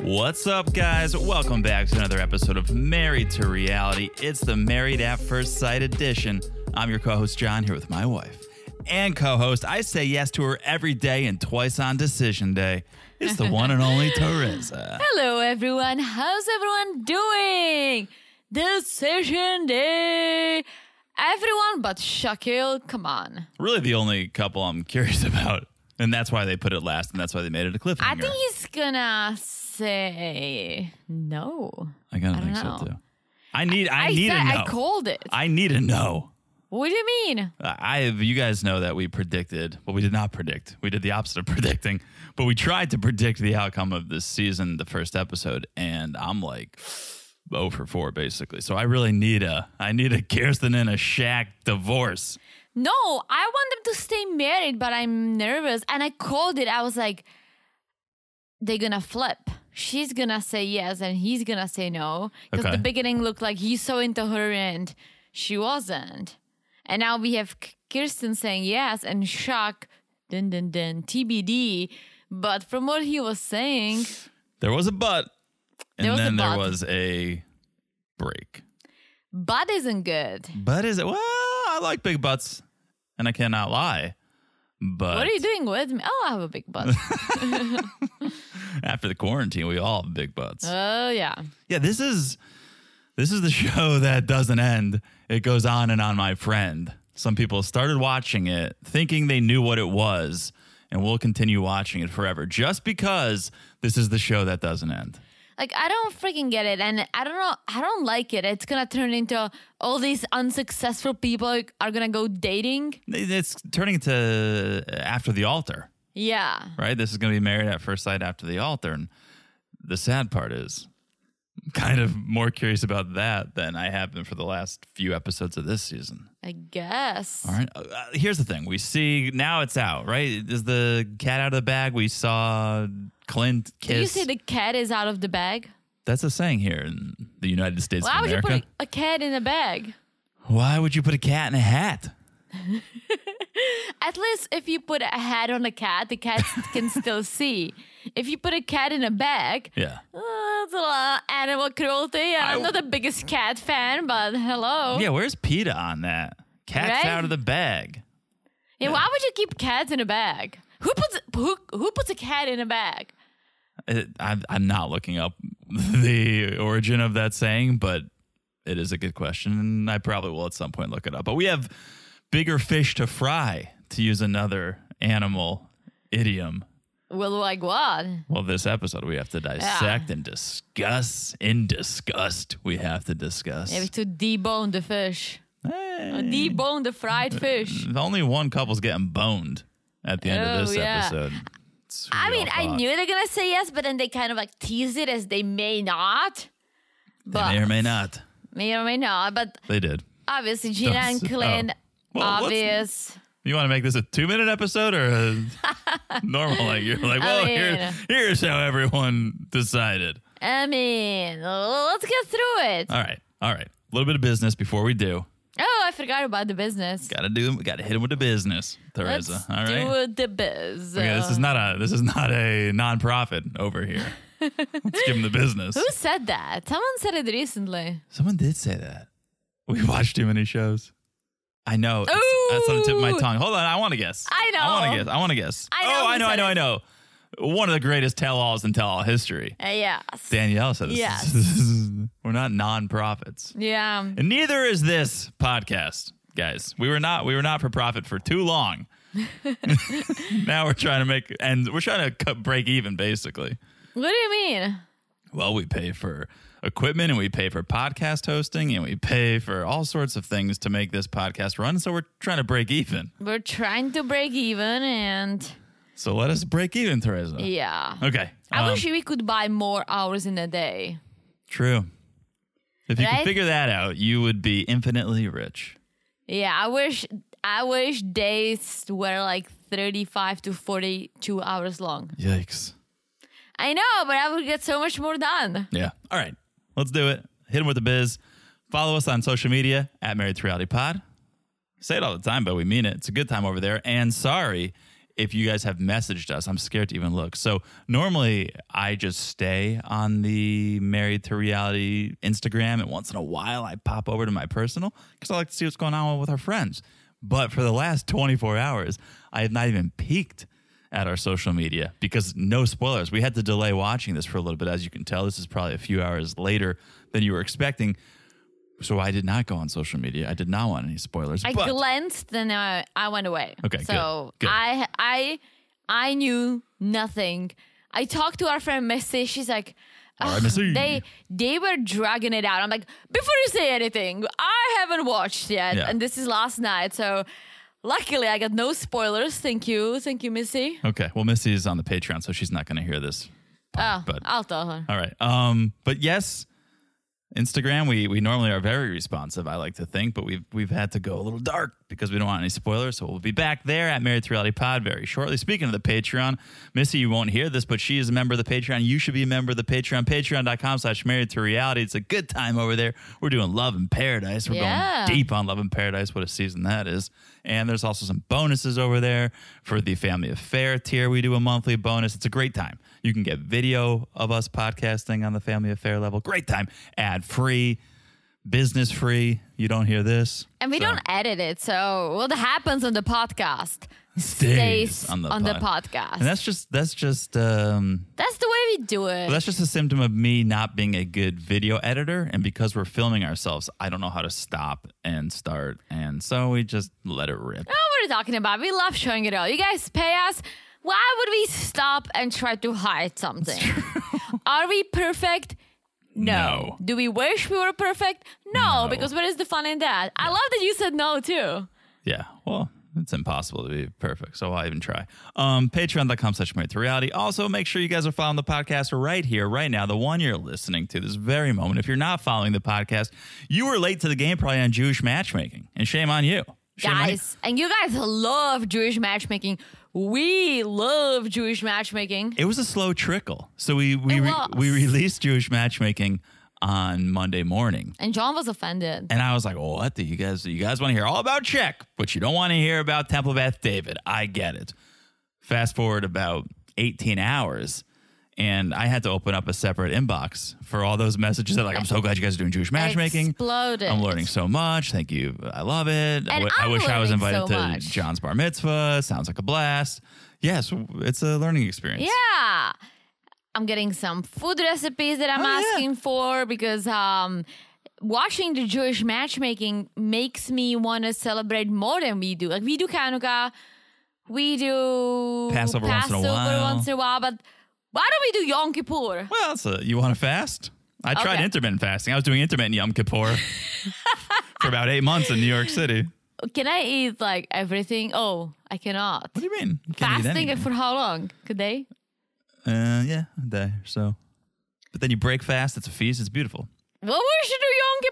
What's up, guys? Welcome back to another episode of Married to Reality. It's the Married at First Sight edition. I'm your co host, John, here with my wife and co host. I say yes to her every day and twice on decision day. It's the one and only Teresa. Hello, everyone. How's everyone doing? Decision day. Everyone but Shaquille, come on. Really, the only couple I'm curious about. And that's why they put it last, and that's why they made it a cliffhanger. I think he's gonna say no. I kind of I think don't so know. too. I need. I, need said a no. I called it. I need a no. what do you mean? I have, you guys know that we predicted, well, we did not predict. We did the opposite of predicting, but we tried to predict the outcome of this season, the first episode, and I'm like, oh for four basically. So I really need a, I need a Kirsten and a Shaq divorce. No, I want them to stay married, but I'm nervous. And I called it. I was like, they're gonna flip. She's gonna say yes, and he's gonna say no. Because Okay. the beginning looked like he's so into her, and she wasn't. And now we have K- Kirsten saying yes, and Shaq, dun dun dun, TBD. But from what he was saying, There was a but, and There was a then there but. was a break. Bud isn't good. But is it? Well, I like big butts, and I cannot lie. But What are you doing with me? Oh, I have a big butt. after the quarantine, we all have big butts. oh yeah. Yeah, this is this is the show that doesn't end. It goes on and on, my friend. Some people started watching it thinking they knew what it was, and will continue watching it forever just because this is the show that doesn't end. Like I don't freaking get it, and I don't know. I don't like it. It's gonna turn into all these unsuccessful people are gonna go dating. It's turning into uh, after the altar, Yeah, right? This is going to be married at first sight after the altar, and the sad part is, I'm kind of more curious about that than I have been for the last few episodes of this season. I guess. All right. Uh, uh, here's the thing. We see now it's out, right? Is the cat out of the bag? We saw Clint Did you kiss. say the cat is out of the bag? That's a saying here in the United States Why of would you America. put a cat in a bag? Why would you put a cat in a hat? At least if you put a hat on a cat, the cat can still see. If you put a cat in a bag, Yeah. uh, it's a lot of animal cruelty. I'm I- not the biggest cat fan, but hello. Yeah. Where's PETA on that? Cat's Oh. Right? out of the bag. yeah. Why would you keep cats in a bag? Who puts who who puts a cat in a bag? It, I'm, I'm not looking up the origin of that saying, but it is a good question, and I probably will at some point look it up. But we have bigger fish to fry, to use another animal idiom. Well, like what? Well, this episode we have to dissect and discuss. In disgust, we have to discuss. Maybe to debone the fish. Hey. Or Debone the fried fish. If Only one couple's getting boned at the end Oh, of this yeah. episode. It's I real mean, I thought. knew they're gonna say yes, but then they kind of like tease it as they may not. They But may or may not. may or may not. But They did. obviously, Gina and Those- oh. Clint, Well, what's- obvious. You want to make this a two-minute episode or a normal? Like you're like, well, here, mean- uh, here's how everyone decided. I mean, let's get through it. All right, all right. A little bit of business before we do. Oh, I forgot about the business. Gotta do. Gotta hit him with the business, Let's Teresa. all right. do the biz. Okay, this is not a this is not a nonprofit over here. Let's give them the business. Who said that? Someone said it recently. Someone did say that. We watched too many shows. I know. It's- That's on the tip of my Ooh. tongue. Hold on, I want to guess. I know. I want to guess. I want to guess. I know oh, who I know. I said know. it. I know. One of the greatest tell-alls in tell-all history. Uh, yes. Danielle said this. Yes. We're not nonprofits. yeah. And neither is this podcast, guys. We were not we were not for profit for too long. now we're trying to make and we're trying to cut, break even basically. What do you mean? Well, we pay for equipment and we pay for podcast hosting and we pay for all sorts of things to make this podcast run. So we're trying to break even. We're trying to break even, and So let us break even, Teresa. yeah. Okay. I Um, wish we could buy more hours in a day. True. If you could Right? figure that out, you would be infinitely rich. Yeah, I wish I wish days were like 35 to 42 hours long. Yikes. I know, but I would get so much more done. Yeah. All right. Let's do it. Hit him with the biz. Follow us on social media at Married to Reality Pod. Say it all the time, but we mean it. It's a good time over there. And sorry if you guys have messaged us. I'm scared to even look. So normally I just stay on the Married to Reality Instagram, and once in a while I pop over to my personal because I like to see what's going on with our friends. But for the last 24 hours, I have not even peeked at our social media because no spoilers. We had to delay watching this for a little bit. As you can tell, this is probably a few hours later than you were expecting. So I did not go on social media. I did not want any spoilers. I but glanced and I, I went away. Okay, good, so good. I I I knew nothing. I talked to our friend Missy. She's like, All right, "Ugh, Missy." they they were dragging it out. I'm like, before you say anything, I haven't watched yet, Yeah. and this is last night. So luckily, I got no spoilers. Thank you, thank you, Missy. okay, well, Missy is on the Patreon, so she's not going to hear this. Oh, but- I'll tell her. All right. Um, but yes, Instagram. We we normally are very responsive. I like to think, but we've we've had to go a little dark because we don't want any spoilers. So we'll be back there at Married to Reality Pod very shortly. Speaking of the Patreon, Missy, you won't hear this, but she is a member of the Patreon. You should be a member of the Patreon. Patreon.com/slash Married to Reality. It's a good time over there. We're doing Love in Paradise. We're Yeah. going deep on Love in Paradise. What a season that is! And there's also some bonuses over there for the Family Affair tier. We do a monthly bonus. It's a great time. You can get video of us podcasting on the Family Affair level. Great time. Ad free business free. You don't hear this. And we So, don't edit it, so what happens on the podcast stays stays, on, the, pod- podcast. And that's just that's just um That's the way we do it. well, that's just a symptom of me not being a good video editor and because we're filming ourselves, I don't know how to stop and start and so we just let it rip. know what we're talking about. We love showing it all. You guys pay us. Why would we stop and try to hide something? Are we perfect? No. No. Do we wish we were perfect? No, No. because what is the fun in that? I love that you said no too. Yeah. Well, it's impossible to be perfect, so why even try? Um, Patreon.com slash married to reality. Also, make sure you guys are following the podcast right here, right now, the one you're listening to this very moment. If you're not following the podcast, you were late to the game probably on Jewish matchmaking, and shame on you. Shame on you. Guys, and you guys love Jewish matchmaking. We love Jewish matchmaking. It was a slow trickle. So we we, It re- was. we released Jewish matchmaking on Monday morning. And John was offended. And I was like, well, what do you guys you guys want to hear all about Czech, but you don't want to hear about Temple Beth David. I get it. Fast forward about 18 hours, and I had to open up a separate inbox for all those messages that like, I'm so glad you guys are doing Jewish matchmaking. Exploded. I'm learning so much. Thank you. I love it. I And wi- I I'm wish I was learning invited so to much. John's bar mitzvah. Sounds like a blast. Yes, it's a learning experience. Yeah. I'm getting some food recipes that I'm Oh, yeah. asking for because um, watching the Jewish matchmaking makes me want to celebrate more than we do. Like, we do Hanukkah, we do Passover once in a Passover while. once in a while, but why don't we do Yom Kippur? Well, that's a, you want to fast? I tried Okay. intermittent fasting. I was doing intermittent Yom Kippur for about eight months in New York City. Can I eat like everything? Oh, I cannot. What do you mean? You can't eat Fasting anything. for how long? Could they? Uh, yeah, a day or so. But then you break fast. It's a feast. It's beautiful. Well, we should do Yom Eh,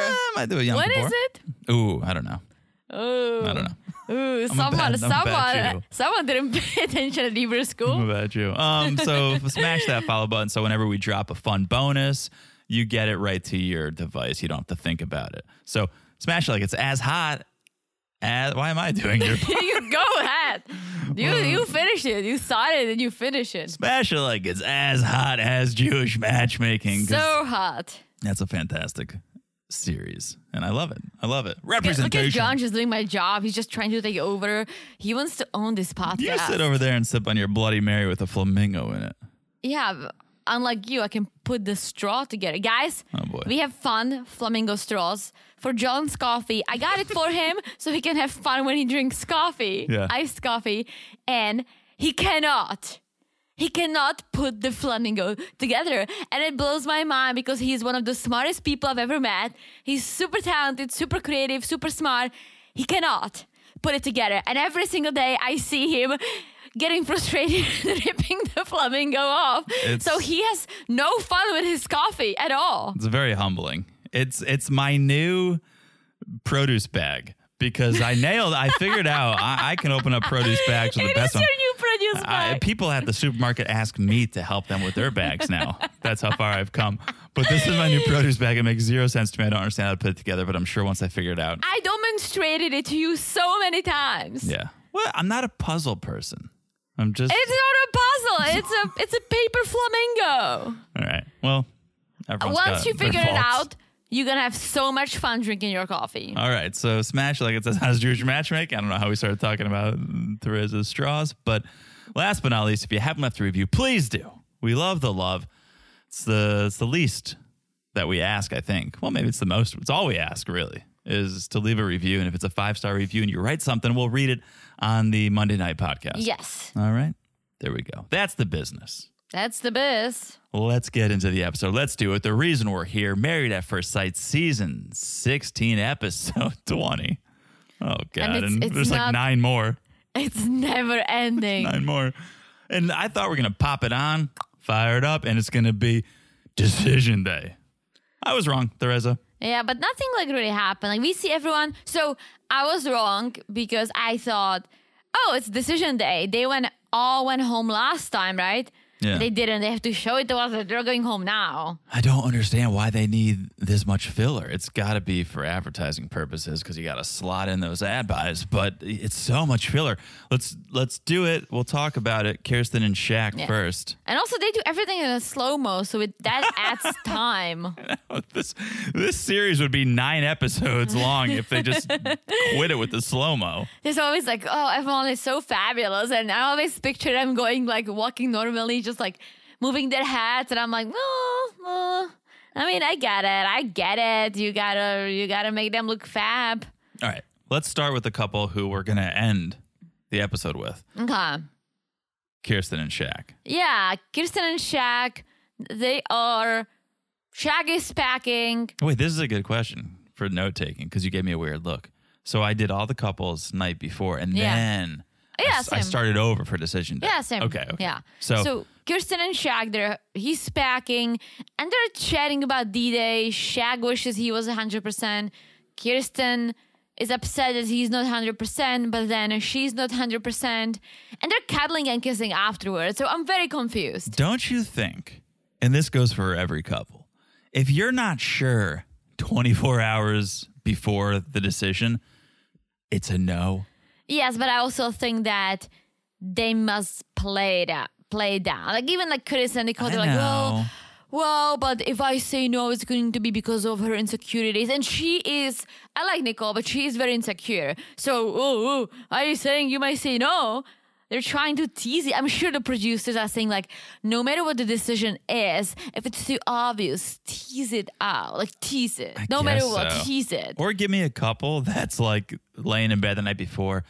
Kippur. I might do a Yom What is Kippur. it? Ooh, I don't know. Oh. I don't know. Ooh, I'm a someone, bad- I'm a bad Jew. someone, someone didn't pay attention at Hebrew What school. about you? Um, so smash that follow button. So whenever we drop a fun bonus, you get it right to your device. You don't have to think about it. So smash it like it's as hot as. Why am I doing your you go ahead. You Uh, you finish it. You started and you finish it. smash it like it's as hot as Jewish matchmaking? 'cause So hot. that's a fantastic series, and I love it. I love it. Look- Look at Representation. John just doing my job. He's just trying to take over. He wants to own this podcast. You sit over there and sip on your Bloody Mary with a flamingo in it. Yeah, but unlike you, I can put the straw together. Guys, Oh, boy. we have fun flamingo straws for John's coffee. I got it for him so he can have fun when he drinks coffee, Yeah. iced coffee, and he cannot. He cannot put the flamingo together. And it blows my mind because he's one of the smartest people I've ever met. He's super talented, super creative, super smart. He cannot put it together. And every single day I see him getting frustrated and ripping the flamingo off. It's- so he has no fun with his coffee at all. It's very humbling. It's it's my new produce bag because I nailed. I figured out I, I can open up produce bags with the It best is one. your new produce I, bag. people at the supermarket ask me to help them with their bags now. That's how far I've come. But this is my new produce bag. It makes zero sense to me. I don't understand how to put it together, but I'm sure once I figure it out. I demonstrated it to you so many times. Yeah. Well, I'm not a puzzle person. I'm just. It's not a puzzle. It's a it's a paper flamingo. all right. Well, everyone's Once got you their figure it faults. out, you're gonna have so much fun drinking your coffee. All right, so Smash, like it says, how's Jewish matchmaking? I don't know how we started talking about Theresa's straws, but last but not least, if you haven't left a review, please do. We love the love. It's the it's the least that we ask, I think. Well, maybe it's the most. It's all we ask, really, is to leave a review. And if it's a five star review and you write something, we'll read it on the Monday Night Podcast. Yes, All right, there we go. That's the business. that's the best. Let's get into the episode. Let's do it. The reason we're here, Married at First Sight, season 16, episode 20. Oh, God. And, it's- it's there's like not- nine more. It's never ending. Nine more. And I thought we are going to pop it on, fire it up, and it's going to be decision day. I was wrong, Theresa. Yeah, but nothing like really happened. Like we see everyone. So I was wrong because I thought, oh, it's decision day. They went all went home last time, right? Yeah. They didn't. They have to show it to us that they're going home now. I don't understand why they need this much filler. It's got to be for advertising purposes because you got to slot in those ad buys. But it's so much filler. Let's let's do it. We'll talk about it. Kirsten and Shaq first. And also, they do everything in a slow mo, so it, that adds time. this this series would be nine episodes long if they just quit it with the slow mo. There's always like, oh, everyone is so fabulous, and I always picture them going like walking normally, just like moving their hats, and I'm like, oh, oh. I mean, I get it, I get it. You gotta, you gotta make them look fab. All right, let's start with the couple who we're gonna end the episode with, Okay. Kirsten and Shaq. Yeah, Kirsten and Shaq, they are. Shaq is packing. Wait, this is a good question for note taking because you gave me a weird look. So I did all the couples night before, and Yeah. then I Yeah, s- I, same. started over for decision day. Yeah, same. Okay, okay. Yeah. So, Kirsten and Shaq, they're he's packing and they're chatting about D Day. Shaq wishes he was 100%. Kirsten is upset that he's not 100%, but then she's not 100%. And they're cuddling and kissing afterwards. So I'm very confused. don't you think? And this goes for every couple. If you're not sure 24 hours before the decision, it's a no. Yes, but I also think that they must play that. Play down, like even like Chris and Nicole, I they're like, know. well, well, but if I say no, it's going to be because of her insecurities, and she is. I like Nicole, but she is very insecure. So, oh, oh, are you saying you might say no? They're trying to tease it. I'm sure the producers are saying like, no matter what the decision is, if it's too obvious, tease it out, like tease it. no matter guess what, so. tease it. Or give me a couple that's like laying in bed the night before.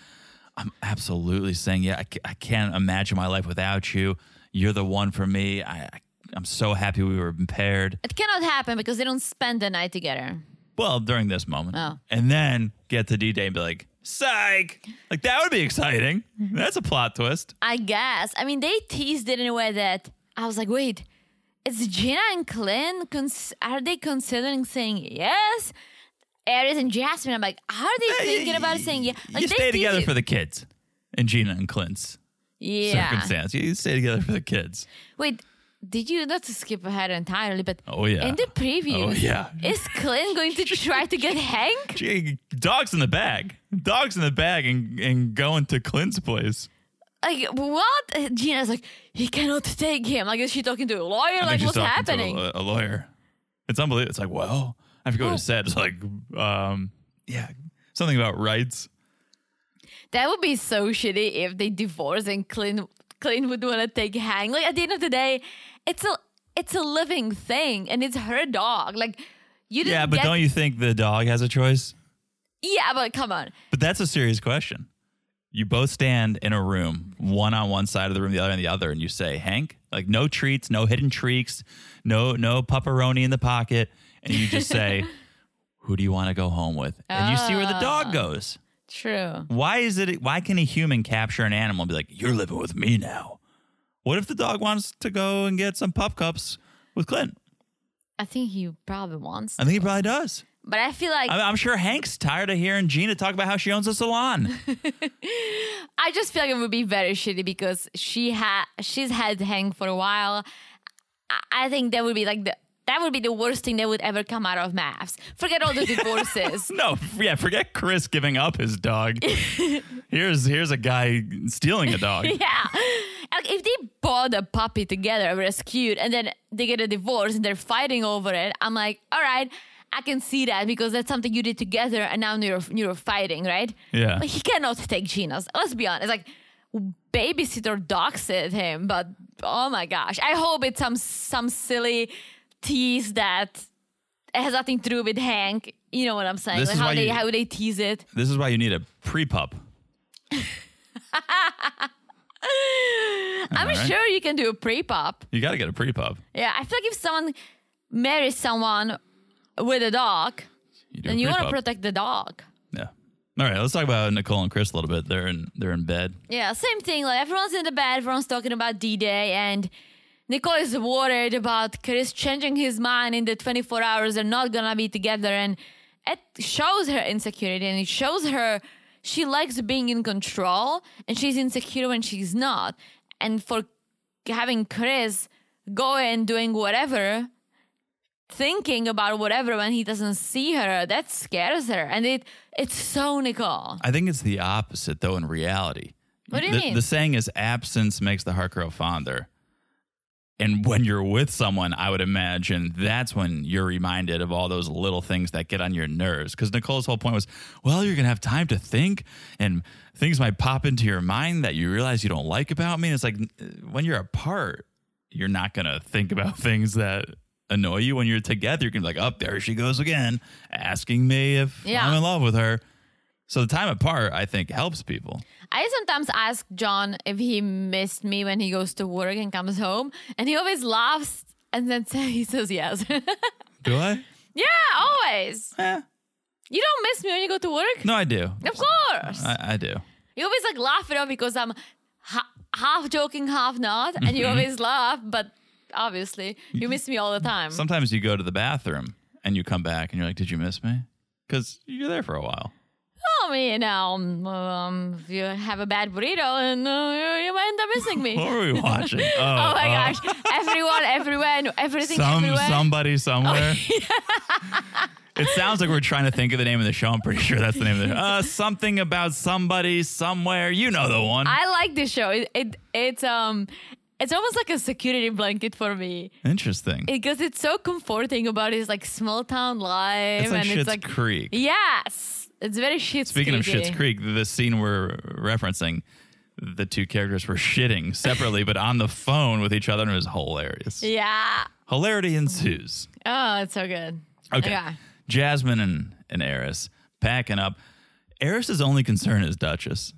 I'm absolutely saying, yeah, I, ca- I can't imagine my life without you. You're the one for me. I, I- I'm so happy we were paired. It cannot happen because they don't spend the night together. Well, during this moment. Oh. And then get to D Day and be like, psych. Like, that would be exciting. That's a plot twist. I guess. I mean, they teased it in a way that I was like, wait, is Gina and Clint, cons- are they considering saying yes? Aries and Jasmine, I'm like, how are they thinking about saying yes? Like, you they stay teased together it. for the kids and Gina and Clint's yeah. circumstance. You stay together for the kids. Wait, did you not to skip ahead entirely? But Oh, yeah. in the preview, Oh, yeah. is Clint going to try to get Hank? Gee, Dogs in the bag. Dogs in the bag and, and going to Clint's place. Like, what? Gina's like, he cannot take him. Like, is she talking to a lawyer? I Like, think she's what's talking to happening? a, a lawyer. It's unbelievable. It's like, well, I forgot what Oh. it said. It's like, um, yeah, something about rights. That would be so shitty if they divorce and Clint Clint would want to take Hank. Like at the end of the day, it's a it's a living thing and it's her dog. Like you didn't Yeah, but get- don't you think the dog has a choice? Yeah, but come on. But that's a serious question. you both stand in a room, one on one side of the room, the other on the other, and you say, Hank, like no treats, no hidden treats, no no pepperoni in the pocket, and you just say, Who do you want to go home with? And you see where the dog goes. True. Why is it why can a human capture an animal and be like, You're living with me now? What if the dog wants to go and get some pup cups with Clint? I think he probably wants. I think he probably does. But I feel like I'm, I'm sure Hank's tired of hearing Gina talk about how she owns a salon. I just feel like it would be very shitty because she had she's had Hank for a while. I- I think that would be like the that would be the worst thing that would ever come out of Mavs. Forget all the divorces. No, yeah, forget Chris giving up his dog. here's here's a guy stealing a dog. yeah. Like if they bought a puppy together, rescued, and then they get a divorce and they're fighting over it, I'm like, all right, I can see that because that's something you did together and now you're you're fighting, right? Yeah. But he cannot take Gina's. Let's be honest. Like babysitter dog sit him, but oh my gosh. I hope it's some some silly tease that has nothing to do with Hank. You know what I'm saying? This like is how why they you- how they tease it. This is why you need a pre pup. I'm right. sure you can do a pre-pop. You got to get a pre pup. Yeah, I feel like if someone marries someone with a dog, You do then a you want to pre-pup. protect the dog. yeah. All right, let's talk about Nicole and Chris a little bit. They're in they're in bed. Yeah, same thing. Like everyone's in the bed, everyone's talking about D-Day, and Nicole is worried about Chris changing his mind in the 24 hours. They're not gonna be together, and it shows her insecurity, and it shows her she likes being in control, and she's insecure when she's not. And for having Chris go and doing whatever thinking about whatever when he doesn't see her that scares her and it it's so nicole I think it's the opposite though in reality. What do you the, mean? The saying is absence makes the heart grow fonder. And when you're with someone, I would imagine that's when you're reminded of all those little things that get on your nerves. Because Nicole's whole point was, well, you're gonna have time to think, and things might pop into your mind that you realize you don't like about me. And it's like uh, when you're apart, you're not gonna think about things that annoy you. When you're together, you're gonna be like, oh, there she goes again, asking me if Yeah. I'm in love with her. So the time apart, I think, helps people. I sometimes ask John if he missed me when he goes to work and comes home, and he always laughs and then say, he says yes. Do I? yeah, always. Eh, You don't miss me when you go to work? no, I do. Of course. I, I do. you always like laugh it off because I'm ha- half joking, half not, and you always laugh, but obviously you miss me all the time. Sometimes you go to the bathroom and you come back and you're like, "Did you miss me?" Because you're there for a while. Tell me, you know, um, um, if you have a bad burrito and uh, you- you end up missing me. What were we watching? Oh, Oh my uh, gosh. Everyone, everywhere, everything, Some everywhere. somebody somewhere. it sounds like we're trying to think of the name of the show. I'm pretty sure that's the name of the show. Uh, something about somebody somewhere. You know the one. I like this show. It, it it's um it's almost like a security blanket for me Interesting. because it's so comforting about his like small town life it's like and Shit's it's like Creek. yes, it's very shit. Speaking of Shit's Creek, the scene we're referencing, the two characters were shitting separately, but on the phone with each other, and it was hilarious. yeah. Hilarity ensues. Oh, it's so good. Okay. Yeah. Jasmine and, and Eris packing up. Eris's only concern is Duchess.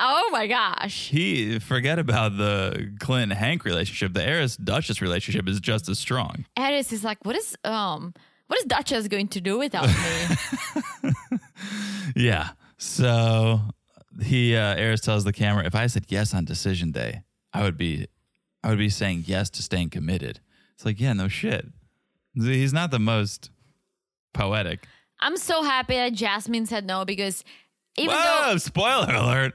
Oh my gosh. He forget about the Clint Hank relationship. The Eris Duchess relationship is just as strong. Eris is like, what is um what is Duchess going to do without me? Yeah. So he uh Eris tells the camera, if I said yes on decision day, I would be I would be saying yes to staying committed. It's like, yeah, no shit. He's not the most poetic. I'm so happy that Jasmine said no because even Whoa, spoiler alert.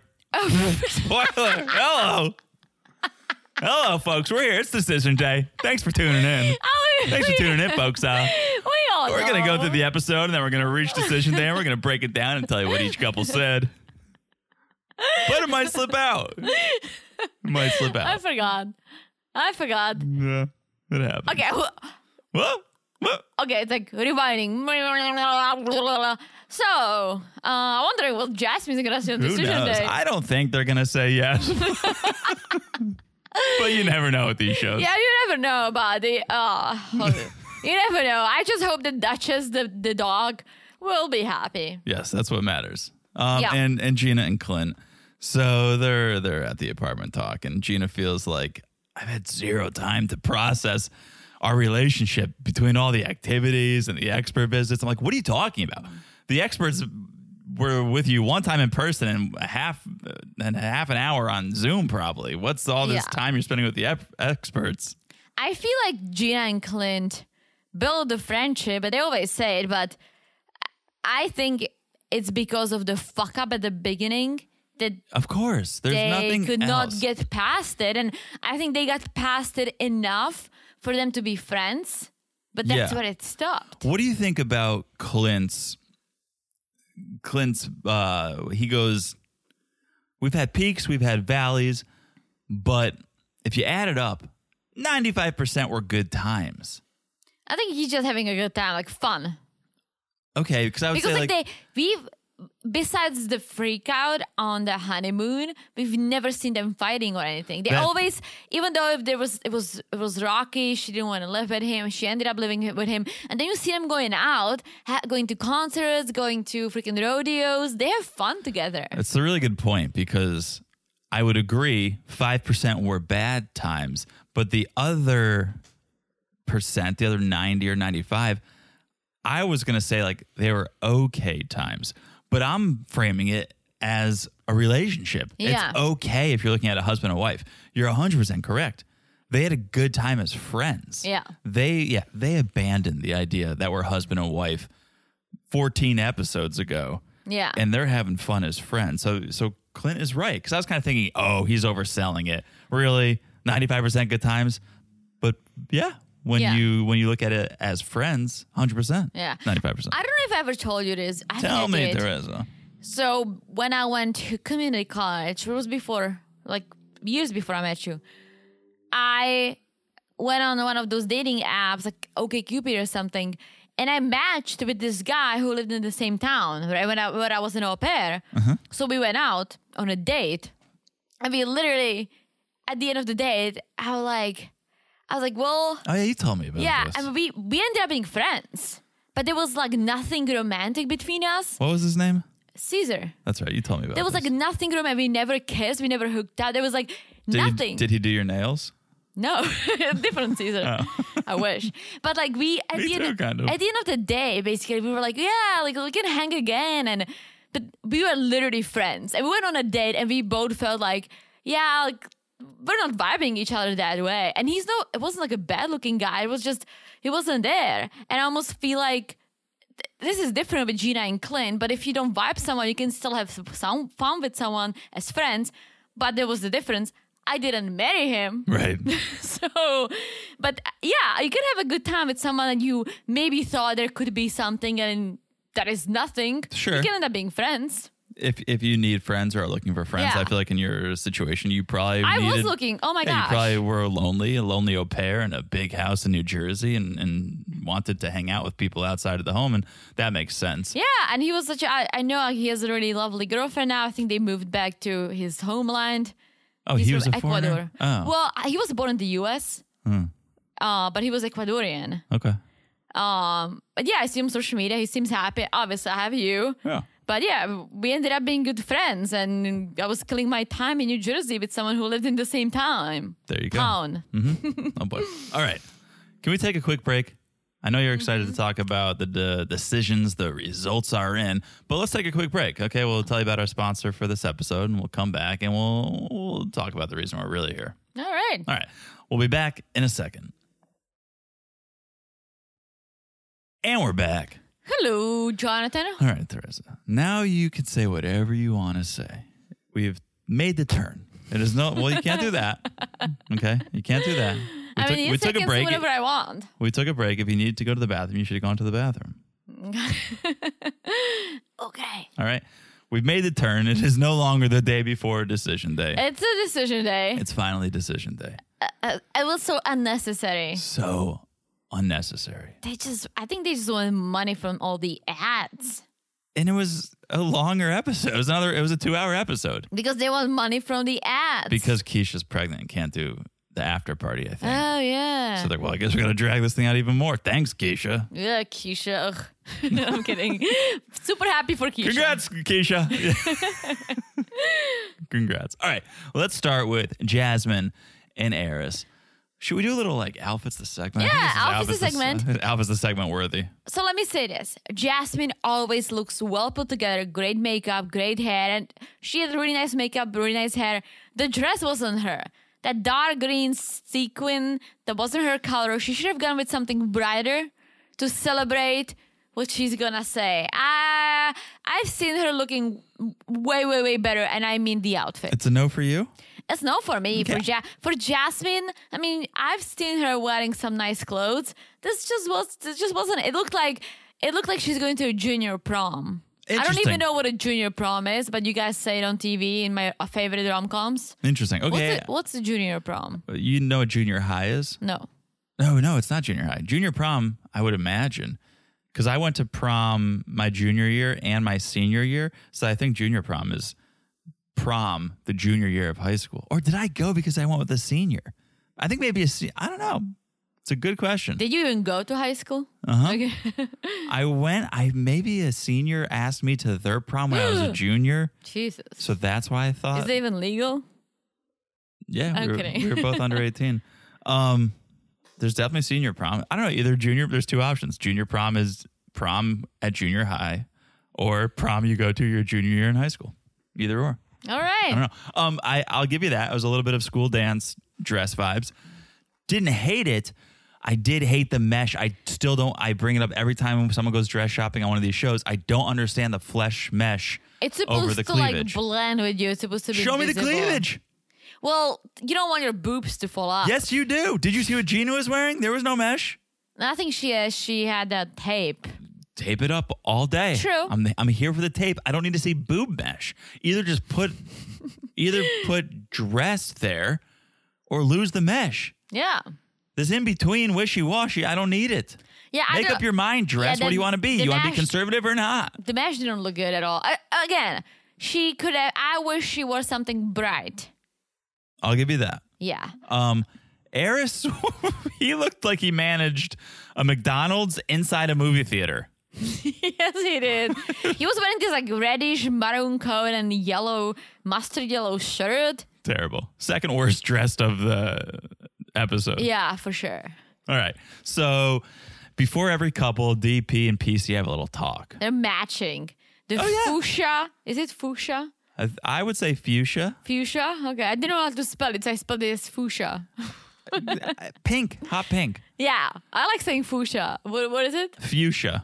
spoiler. Hello. Hello, folks. We're here. It's decision day. Thanks for tuning in. though Thanks for tuning in, folks. Uh, oh, we all we're going to know. go through the episode and then we're going to reach decision day and we're going to break it down and tell you what each couple said. But it might slip out. It might slip I out. forgot. I forgot. Yeah, it happens. Okay, who- What? What? Okay, it's like rewinding. So, uh, I'm wondering what Jasmine's gonna say on Who decision knows? day. I don't think they're going to say yes. but you never know with these shows. yeah, you never know about the. Uh, you never know. I just hope the Duchess, the, the dog, will be happy. Yes, that's what matters. Um, Yeah. And and Gina and Clint. So they're they're at the apartment talk, and Gina feels like I've had zero time to process our relationship between all the activities and the expert visits. I'm like, what are you talking about? The experts were with you one time in person and a half and a half an hour on Zoom, probably. What's all this Yeah. time you're spending with the ep- experts? I feel like Gina and Clint build a friendship, but they always say it, but I think it's because of the fuck up at the beginning that Of course, there's they nothing could else. not get past it. And I think they got past it enough for them to be friends, but that's Yeah. where it stopped. What do you think about Clint's? Clint's, uh, he goes, We've had peaks, we've had valleys, but if you add it up, 95% were good times. I think he's just having a good time, like fun. Okay, because I would Because say, like, like, they we've besides the freak out on the honeymoon, we've never seen them fighting or anything. They That- always even though if there was it was it was rocky, she didn't want to live with him, she ended up living with him. And then you see them going out, ha- going to concerts, going to freaking rodeos. They have fun together. it's a really good point because I would agree 5% were bad times, but the other percent, the other 90 or 95, I was going to say like they were okay times, but I'm framing it as a relationship. Yeah. It's okay if you're looking at a husband and wife. You're 100% correct. They had a good time as friends. Yeah. They yeah, they abandoned the idea that we're husband and wife 14 episodes ago Yeah. and they're having fun as friends. So so Clint is right because I was kind of thinking, oh, he's overselling it. Really, ninety five percent good times, but yeah, when Yeah. you when you look at it as friends, hundred percent, Yeah. ninety five percent. I don't know if I ever told you this. I think I Tell me, did. Teresa. So when I went to community college, it was before, like years before I met you. I went on one of those dating apps, like OkCupid or something, and I matched with this guy who lived in the same town right, when I, when I was an au pair. Uh-huh. So we went out on a date, and we literally, at the end of the date, I was like, I was like, well, Oh yeah, you told me about yeah, this. I mean, we we ended up being friends, but there was like nothing romantic between us. what was his name? Caesar. That's right, you told me about. There was this. like nothing room, and we never kissed, we never hooked up. There was like did he- nothing. did he do your nails? no, different Caesar. I wish, but like we at Oh. Me the too, end kind of. at the end of the day, basically, we were like, yeah, like we can hang again, and but we were literally friends, and we went on a date, and we both felt like, yeah, like we're not vibing each other that way. And he's no, it wasn't like a bad looking guy. It was just he wasn't there, and I almost feel like this is different with Gina and Clint, but if you don't vibe someone, you can still have some fun with someone as friends. But there was the difference. I didn't marry him. Right. So, but uh, yeah, you can have a good time with someone that you maybe thought there could be something and that is nothing. Sure. You can end up being friends. if if you need friends or are looking for friends, Yeah. I feel like in your situation, you probably I was needed- looking. Oh my Yeah, you gosh. probably were lonely, a lonely au pair in a big house in New Jersey and, and wanted to hang out with people outside of the home. And that makes sense. yeah, and he was such a. I, I know he has a really lovely girlfriend now. I think they moved back to his homeland. Oh, He's he was from a foreigner? Ecuador. Oh, Hmm. Well, uh, he was born in the U.S., uh, but he was Ecuadorian. okay. Um, but yeah, I see him on social media. He seems happy. Obviously, I have you. Yeah. But yeah, we ended up being good friends, and I was killing my time in New Jersey with someone who lived in the same town. There you go. Town. Oh, boy. All right. Can we take a quick break? I know you're excited Mm-hmm. to talk about the, the decisions the results are in, but let's take a quick break. Okay, we'll tell you about our sponsor for this episode, and we'll come back and we'll, we'll talk about the reason we're really here. All right. All right. We'll be back in a second. And we're back. Hello, Jonathan. All right, Teresa. Now you can say whatever you want to say. We've made the turn. It is no well, you can't do that. Okay? You can't do that. We I took, mean, you we we took a break. whatever I want. We took a break. If you needed to go to the bathroom, you should have gone to the bathroom. Okay. All right? We've made the turn. It is no longer the day before decision day. It's a decision day. It's finally decision day. Uh, it was so unnecessary. So unnecessary. They just, I think they just wanted money from all the ads and it was a longer episode. It was another. It was a two-hour episode because they want money from the ads. because Keisha's pregnant and can't do the after party, I think. Oh yeah. so they're well, I guess we're gonna drag this thing out even more. Thanks, Keisha. yeah, Keisha. Ugh. no, I'm kidding. Super happy for Keisha. Congrats, Keisha. Congrats. All right, let's start with Jasmine and Eris. Should we do a little like outfits the segment? I think Yeah, this is outfits the segment. outfits the segment worthy. So let me say this. Jasmine always looks well put together, great makeup, great hair, and she had really nice makeup, really nice hair. The dress was on her. That dark green sequin that wasn't her color. She should have gone with something brighter to celebrate what she's gonna say. Ah, I've seen her looking way, way, way better, and I mean the outfit. It's a no for you. It's no for me. For Okay. ja- for Jasmine, I mean, I've seen her wearing some nice clothes. This just was. This just wasn't. It looked like. It looked like she's going to a junior prom. I don't Interesting. even know what a junior prom is, but you guys say it on TV in my favorite rom coms. Interesting. What's, Okay, a- what's a junior prom? you know what junior high is? No. No, no, it's not junior high. Junior prom, I would imagine, because I went to prom my junior year and my senior year. So I think junior prom is prom the junior year of high school. Or did I go because I went with a senior? I think maybe a se- I don't know. It's a good question. Did you even go to high school? Uh-huh. Okay. I went. I maybe a senior asked me to their prom when I was a junior, Jesus. so that's why I thought. is it even legal? Yeah, I'm we were, kidding. we were both under 18. Um, there's definitely senior prom. I don't know either junior. There's two options. Junior prom is prom at junior high, or prom you go to your junior year in high school. Either or. All I don't right. know. Um, I I'll give you that. It was a little bit of school dance dress vibes. Didn't hate it. I did hate the mesh. I still don't. I bring it up every time when someone goes dress shopping on one of these shows. I don't understand the flesh mesh It's over supposed the to like cleavage. blend with you. It's supposed to be Show me the visible. cleavage. Well, you don't want your boobs to fall out. Yes, you do. Did you see what Gina was wearing? There was no mesh. I think she uh, she had that tape. Tape it up all day. True. I'm I'm here for the tape. I don't need to see boob mesh. Either just put, either put dress there, or lose the mesh. Yeah. This in between wishy washy. I don't need it. Yeah, I Make know. up your mind, dress. Yeah, what do the- you want to be? the You want to be mesh- conservative or not? The mesh didn't look good at all. I, again, she could have. I wish she wore something bright. I'll give you that. Yeah. Um, Eris, he looked like he managed a McDonald's inside a movie theater. yes, he did. he was wearing this like reddish maroon coat and yellow mustard yellow shirt. Terrible. Second worst dressed of the episode. Yeah, for sure. All right. So before every couple, DP and PC have a little talk. They're matching. The Oh, yeah. fuchsia. Is it fuchsia? I, I would say fuchsia, Fuchsia? Okay, I didn't know how to spell it, so I spelled it as fuchsia. Uh, pink, hot pink, Yeah, I like saying fuchsia. What, what is it? fuchsia.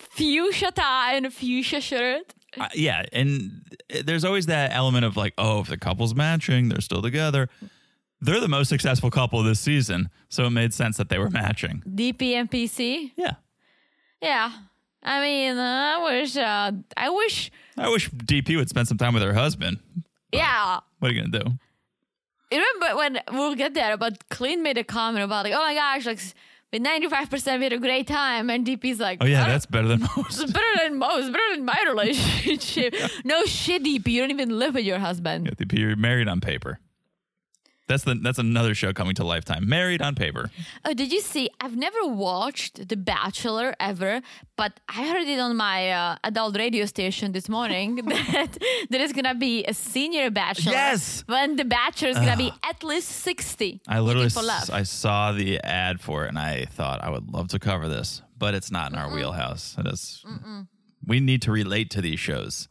Fuchsia tie and a fuchsia shirt. Uh, yeah, and there's always that element of like, oh, if the couple's matching, they're still together. They're the most successful couple this season, so it made sense that they were matching. DP and PC. Yeah, Yeah. I mean, I wish, uh, I wish, I wish DP would spend some time with her husband. yeah. What are you gonna do? You Remember when we'll get there, but Clint made a comment about, like, oh my gosh, like, with 95% we had a great time. And DP's like, Oh yeah, "I don't- that's better than most. It's better than most, better than my relationship. no shit, DP. You don't even live with your husband. Yeah, DP, you're married on paper. That's the that's another show coming to Lifetime. Married on paper. Oh, did you see? I've never watched The Bachelor ever, but I heard it on my uh, adult radio station this morning that there is gonna be a senior bachelor. Yes! When the bachelor is gonna be at least sixty. I literally looking for love. s- I saw the ad for it and I thought I would love to cover this, but it's not in our wheelhouse. It is- We need to relate to these shows.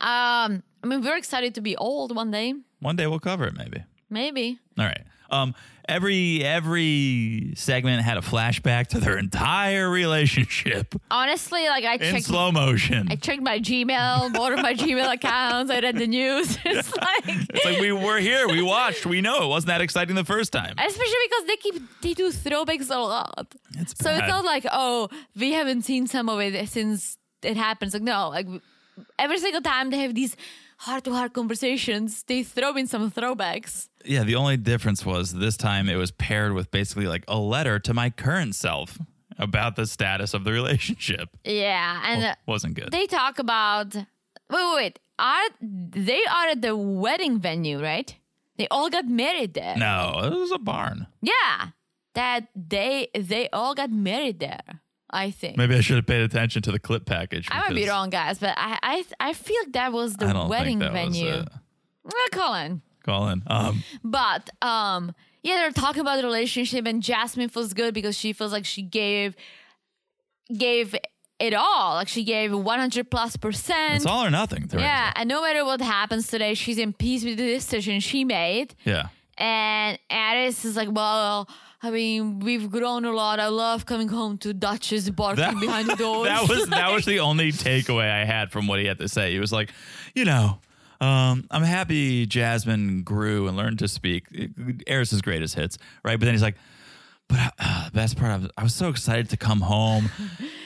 um, I mean, we're excited to be old one day, One day we'll cover it maybe. maybe. All right. Um every every segment had a flashback to their entire relationship Honestly, like I in checked. slow motion. I checked my Gmail, more of my Gmail accounts. I read the news. It's like it's like we were here, we watched, we know it wasn't that exciting the first time. Especially because they keep they do throwbacks a lot. It's so bad. it's not like oh we haven't seen some of it since it happens. Like no, like every single time they have these heart to heart conversations, they throw in some throwbacks. Yeah, the only difference was this time it was paired with basically like a letter to my current self about the status of the relationship. Oh, Yeah, and uh, Wasn't good. they talk about wait wait wait are they are at the wedding venue right? They all got married there. No, it was a barn. Yeah, that they they all got married there. I think. Maybe I should have paid attention to the clip package. I might be because wrong, guys, but I I I feel that was I the don't wedding think that venue. Was it. Well, Colin. Colin. Um, But um, yeah, they're talking about the relationship, and Jasmine feels good because she feels like she gave gave it all. Like she gave one hundred plus percent. it's all or nothing. Teresa. Yeah, and no matter what happens today, she's in peace with the decision she made. Yeah. And Addis is like, well, I mean, we've grown a lot. I love coming home to Duchess barking behind the doors. that was that was the only takeaway I had from what he had to say. He was like, you know, um, I'm happy Jasmine grew and learned to speak. Eris's greatest hits, right? But then he's like, but uh, the best part, I was, I was so excited to come home.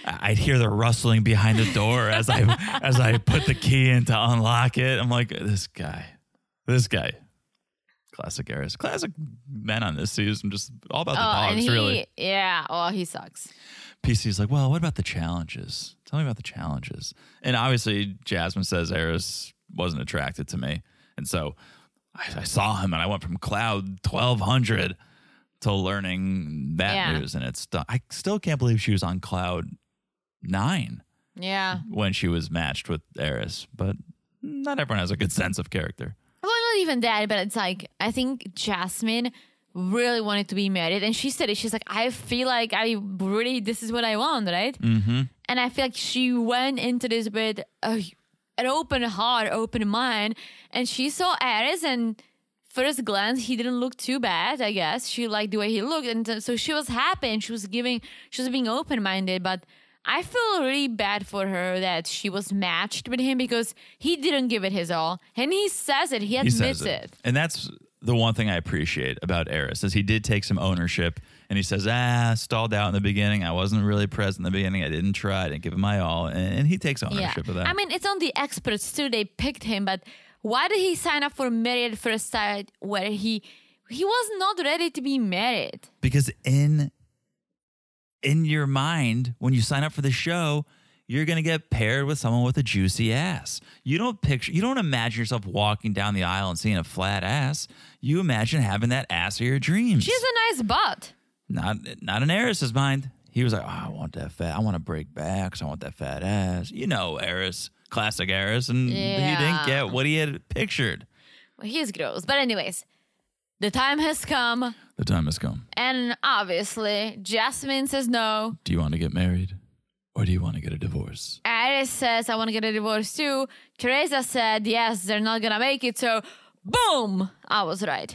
I- I'd hear the rustling behind the door as I as I put the key in to unlock it. I'm like, this guy, this guy. Classic Eris. Classic men on this season. Just all about the Oh, dogs, and he, really. yeah, oh, he sucks. PC's like, well, what about the challenges? Tell me about the challenges. And obviously, Jasmine says Eris wasn't attracted to me. And so I, I saw him and I went from Cloud 1200 to learning that Yeah. news. And it's, I still can't believe she was on Cloud 9 Yeah. when she was matched with Eris. But not everyone has a good sense of character. Well, not even that, but it's like, I think Jasmine really wanted to be married. And she said it. She's like, I feel like I really, this is what I want, right? Mm-hmm. And I feel like she went into this with a, an open heart, open mind. And she saw Ares, and first glance, he didn't look too bad, I guess. She liked the way he looked. And so- so she was happy and she was giving, she was being open minded. But I feel really bad for her that she was matched with him because he didn't give it his all. And he says it, he He admits says it. it. And that's the one thing I appreciate about Eris is he did take some ownership and he says, ah, I stalled out in the beginning. I wasn't really present in the beginning. I didn't try. I didn't give it my all. And, and he takes ownership of that. I mean, it's on the experts too. They picked him, but why did he sign up for married at first sight where he he was not ready to be married? because in in your mind, when you sign up for the show, you're gonna get paired with someone with a juicy ass. You don't picture you don't imagine yourself walking down the aisle and seeing a flat ass. You imagine having that ass of your dreams. She has a nice butt. not not in Eris's mind. He was like, oh, I want that fat. I want to break backs. I want that fat ass. You know, Eris, classic Eris, and he didn't Yeah. get what he had pictured. Well, he is gross. But anyways, the time has come, The time has come. and obviously Jasmine says no. Do you want to get married, or do you want to get a divorce? Iris says I want to get a divorce too. Teresa said yes, they're not gonna make it. So, boom, I was right.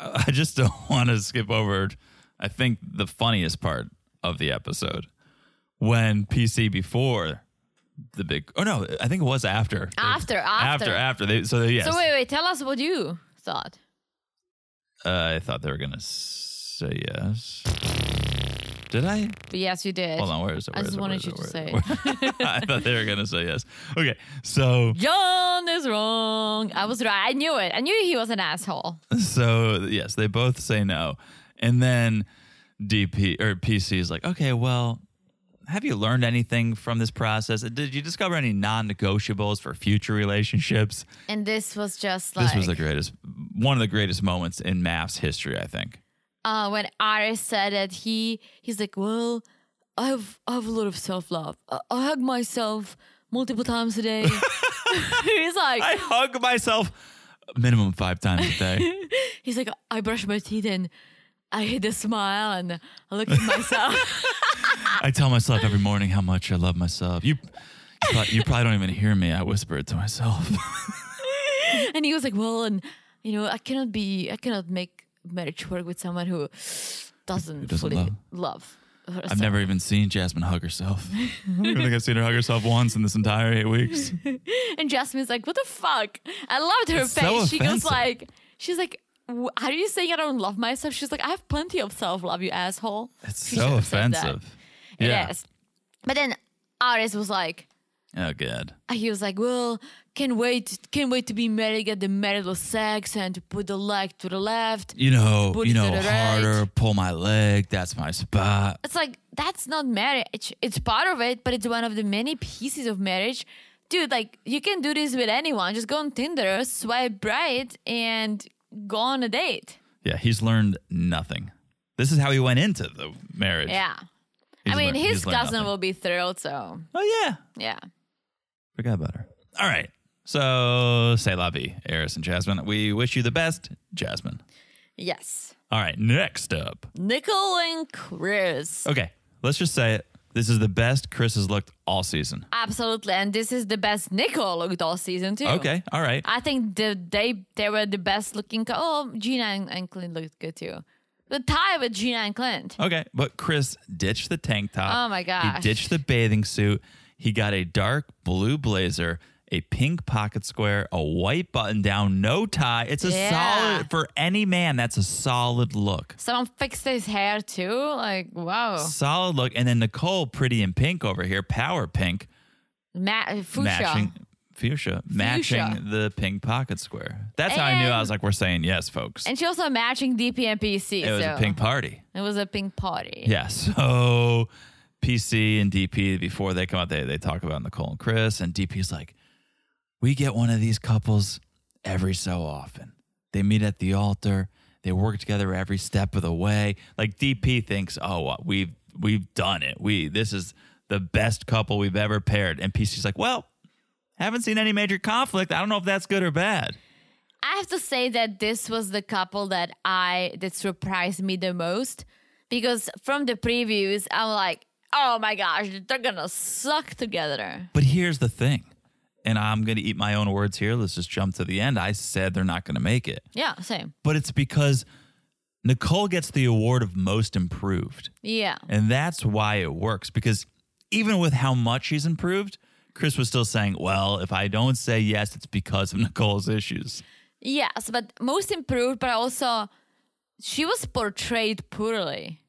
I just don't want to skip over. I think the funniest part of the episode when PC before the big. Oh no, I think it was after. After, after, after. after. They, so they, yes, So wait, wait, tell us what you thought. uh, I thought they were gonna say yes. Did I? But yes, you did. Hold on, where is it? I Where just is it? Where wanted is you it? to Where is say it? Where- I thought they were gonna say yes. Okay, so John is wrong. I was right. I knew it. I knew he was an asshole. so yes, they both say no, and then DP or PC is like, okay, well, have you learned anything from this process? Did you discover any non-negotiables for future relationships? And this was just like this was the greatest, one of the greatest moments in math's history, I think. uh, when Aris said that he he's like, well, I have I have a lot of self love. I, I hug myself multiple times a day. he's like I hug myself minimum five times a day. he's like I brush my teeth and I hit a smile and I look at myself. I tell myself every morning how much I love myself. You, you probably, you probably don't even hear me. I whisper it to myself. and he was like, well, and you know, I cannot be, I cannot make marriage work with someone who doesn't doesn't, fully love. love. herself. I've never even seen Jasmine hug herself. I don't even think I've seen her hug herself once in this entire eight weeks. And Jasmine's like, what the fuck? I loved her It's so face. she goes offensive. like, she's like, "W- are you saying I don't love myself? She's like, I have plenty of self love, you asshole. It's She should so have said that. offensive. It is. But then Aris was like, uh, Oh, good. he was like, "Well, can't wait, can't wait to be married, get the marital sex, and to put the leg to the left." You know, Put you it to know, the right. harder. Pull my leg. That's my spot. it's like that's not marriage. It's part of it, but it's one of the many pieces of marriage. Dude, like you can do this with anyone. Just go on Tinder, swipe right, and go on a date. Yeah, he's learned nothing. This is how he went into the marriage. Yeah. He's I mean, learned- his he's learned cousin nothing. will be thrilled. So, Oh yeah, yeah. forgot about her. All right. So say la vie, Eris and Jasmine. We wish you the best, Jasmine. Yes. All right. Next up. Nicole and Chris. Okay. Let's just say it. This is the best Chris has looked all season. Absolutely. And this is the best Nicole looked all season, too. Okay. All right. I think the, they they were the best looking. Co- oh, Gina and, and Clint looked good, too. The tie with Gina and Clint. Okay. But Chris ditched the tank top. Oh, my He gosh. ditched the bathing suit. He got a dark blue blazer, a pink pocket square, a white button down, no tie. It's a Yeah. solid for any man. That's a solid look. Someone fixed his hair, too. Like, wow. Solid look. And then Nicole, pretty in pink over here, power pink. Ma- Fuchsia. matching fuchsia, matching the pink pocket square. That's how I knew. I And- was like, we're saying yes, folks. And she also matching DP and PC. It was so a pink party. It was a pink party. Yeah. So PC and DP before they come out, they they talk about Nicole and Chris, and DP's like, we get one of these couples every so often. They meet at the altar. They work together every step of the way. Like DP thinks, oh, well, we've we've done it. We this is the best couple we've ever paired. And PC's like, well, haven't seen any major conflict. I don't know if that's good or bad. I have to say that this was the couple that I that surprised me the most because from the previews I'm like, oh my gosh, they're gonna suck together. But here's the thing, and I'm gonna eat my own words here. Let's just jump to the end. I said they're not gonna make it. Yeah, same. but it's because Nicole gets the award of most improved. Yeah, And that's why it works because even with how much she's improved, Chris was still saying, well, if I don't say yes, it's because of Nicole's issues. yes, but most improved, but also she was portrayed poorly.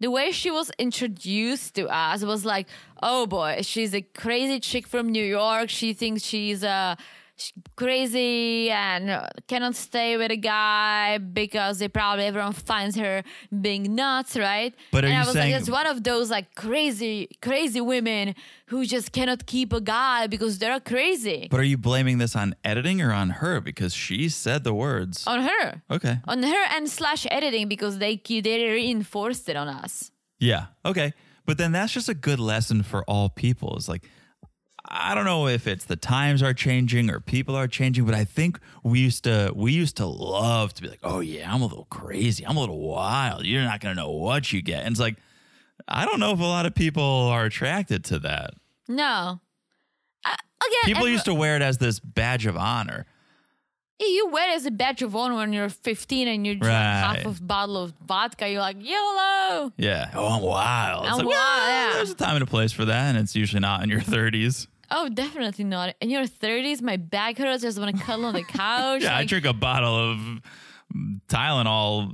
The way she was introduced to us was like, oh boy, she's a crazy chick from New York. She thinks she's uh, sh crazy and uh, cannot stay with a guy because they probably everyone finds her being nuts, right? But are and you I was saying- like, it's one of those like crazy, crazy women who just cannot keep a guy because they're crazy But are you blaming this on editing or on her? Because she said the words. on her. Okay. on her and slash editing because they they reinforced it on us. Yeah. Okay. But then that's just a good lesson for all people. It's like, I don't know if it's the times are changing or people are changing, but I think we used to we used to love to be like, oh yeah, I'm a little crazy, I'm a little wild. You're not gonna know what you get. And it's like, I don't know if a lot of people are attracted to that. No, uh, again, People every- used to wear it as this badge of honor. you wear it as a badge of honor when you're 15 and you drink Right. half of bottle of vodka. You're like YOLO. Yeah. Oh, I'm wild. It's I'm like, wild, well, yeah. There's a time and a place for that, and it's usually not in your 30s. Oh, definitely not. In your 30s, my back hurts. I just want to cuddle on the couch. Yeah, I Like, drink a bottle of Tylenol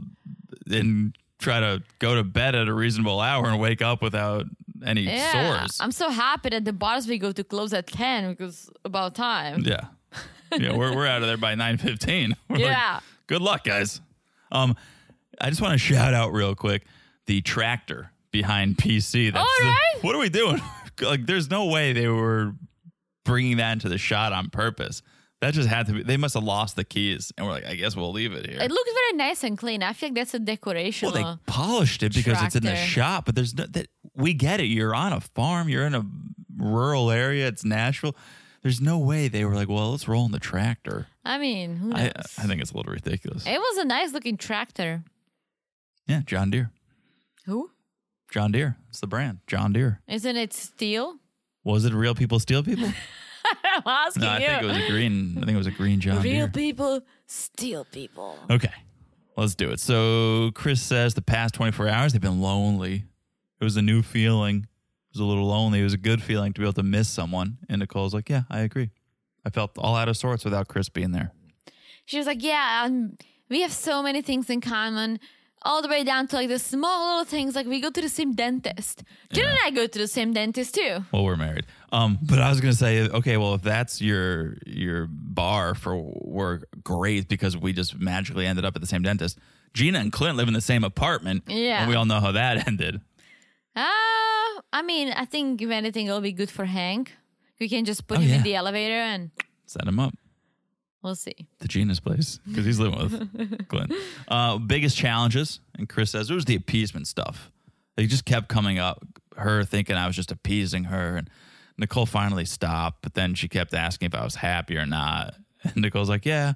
and try to go to bed at a reasonable hour and wake up without any yeah. sores. I'm so happy that the bars we go to close at 10 because about time. yeah. yeah, we're we're out of there by 9:15. We're like, Yeah. good luck, guys. Um I just want to shout out real quick the tractor behind PC. That's All right. what are we doing? like there's no way they were bringing that into the shot on purpose. That just had to be. They must have lost the keys, and we're like, I guess we'll leave it here. It looks very nice and clean. I feel like that's a decoration. Well, they polished it because it's in the tractor. shop, but there's no that we get it. You're on a farm, you're in a rural area, it's Nashville. There's no way they were like, well, let's roll in the tractor. I mean, who I, knows? I think it's a little ridiculous. it was a nice looking tractor. Yeah, John Deere. Who? John Deere. It's the brand. John Deere. Isn't it steel? Was it real people steal people? I'm asking no, I you. think it was a green. I think it was a green John Real Deere. people steal people. Okay, let's do it. So Chris says the past 24 hours they've been lonely. It was a new feeling. It was a little lonely. It was a good feeling to be able to miss someone. And Nicole's like, yeah, I agree. I felt all out of sorts without Chris being there. She was like, "Yeah, um, we have so many things in common, all the way down to like the small little things. Like we go to the same dentist. Jen and I go to the same dentist too. Well, we're married. Um, but I was gonna say, okay, well, if that's your your bar for work, great because we just magically ended up at the same dentist. Gina and Clint live in the same apartment. Yeah. and we all know how that ended. Ah, I mean, I think if anything, it'll be good for Hank. We can just put Oh, him yeah. in the elevator and Set him up. We'll see. the Gina's place because he's living with Glenn. Uh, biggest challenges, and Chris says it was the appeasement stuff. They just kept coming up, her thinking I was just appeasing her, and Nicole finally stopped. But then she kept asking if I was happy or not, and Nicole's like, "Yeah,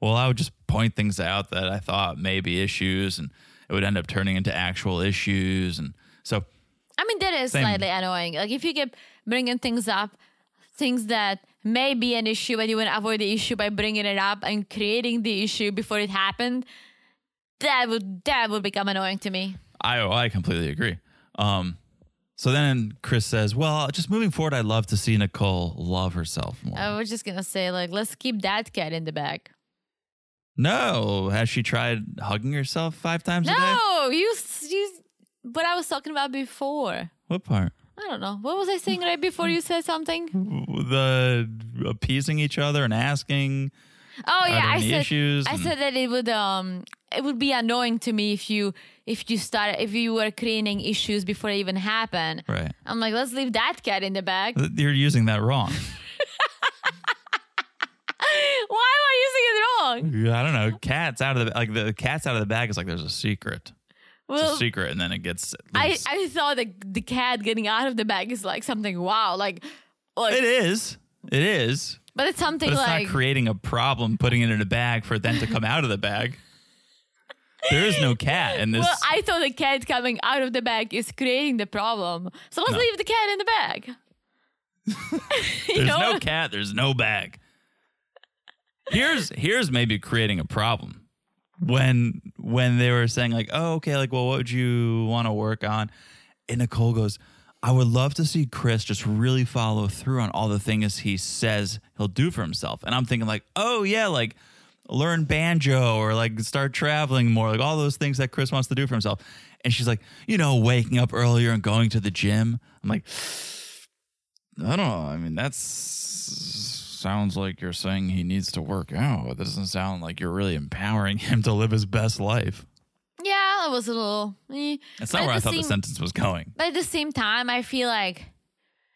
well, I would just point things out that I thought may be issues, and it would end up turning into actual issues." And so, I mean, that is Same. slightly annoying. Like if you keep bringing things up, things that may be an issue, but you want to avoid the issue by bringing it up and creating the issue before it happened, that would that would become annoying to me. I I completely agree. Um, so then Chris says, "Well, just moving forward, I'd love to see Nicole love herself more." I was just gonna say, like, let's keep that cat in the bag. No, has she tried hugging herself five times a day? No, you, s- you. s- What I was talking about before. What part? I don't know. What was I saying right before you said Mm. something? The appeasing each other and asking. Oh yeah, there I any said. issues? I said that it would um it would be annoying to me if you if you start if you were creating issues before they even happen. Right. I'm like, let's leave that cat in the bag. Why Th- You're using that wrong. am I using it wrong? I don't know. Cat's out of the like the cat's out of the bag is like there's a secret. It's Well, a secret, and then it gets. I loose. I thought that the cat getting out of the bag is like something wow, like, like it is. It is. but it's something But it's like not creating a problem putting it in a bag for it then to come out of the bag. There is no cat in this. Well, I thought the cat coming out of the bag is creating the problem. So let's No. leave the cat in the bag. you There's know? no cat. There's no bag. Here's here's maybe creating a problem when when they were saying like, oh, okay, like, well, what would you want to work on? And Nicole goes, I would love to see Chris just really follow through on all the things he says he'll do for himself. And I'm thinking like, oh yeah, like learn banjo or like start traveling more, like all those things that Chris wants to do for himself. And she's like, you know, waking up earlier and going to the gym. I'm like, I don't know. I mean, that's sounds like you're saying he needs to work out. It doesn't sound like you're really empowering him to live his best life. yeah, that was a little. eh. That's But not at where I the thought the same- sentence was going. But at the same time, I feel like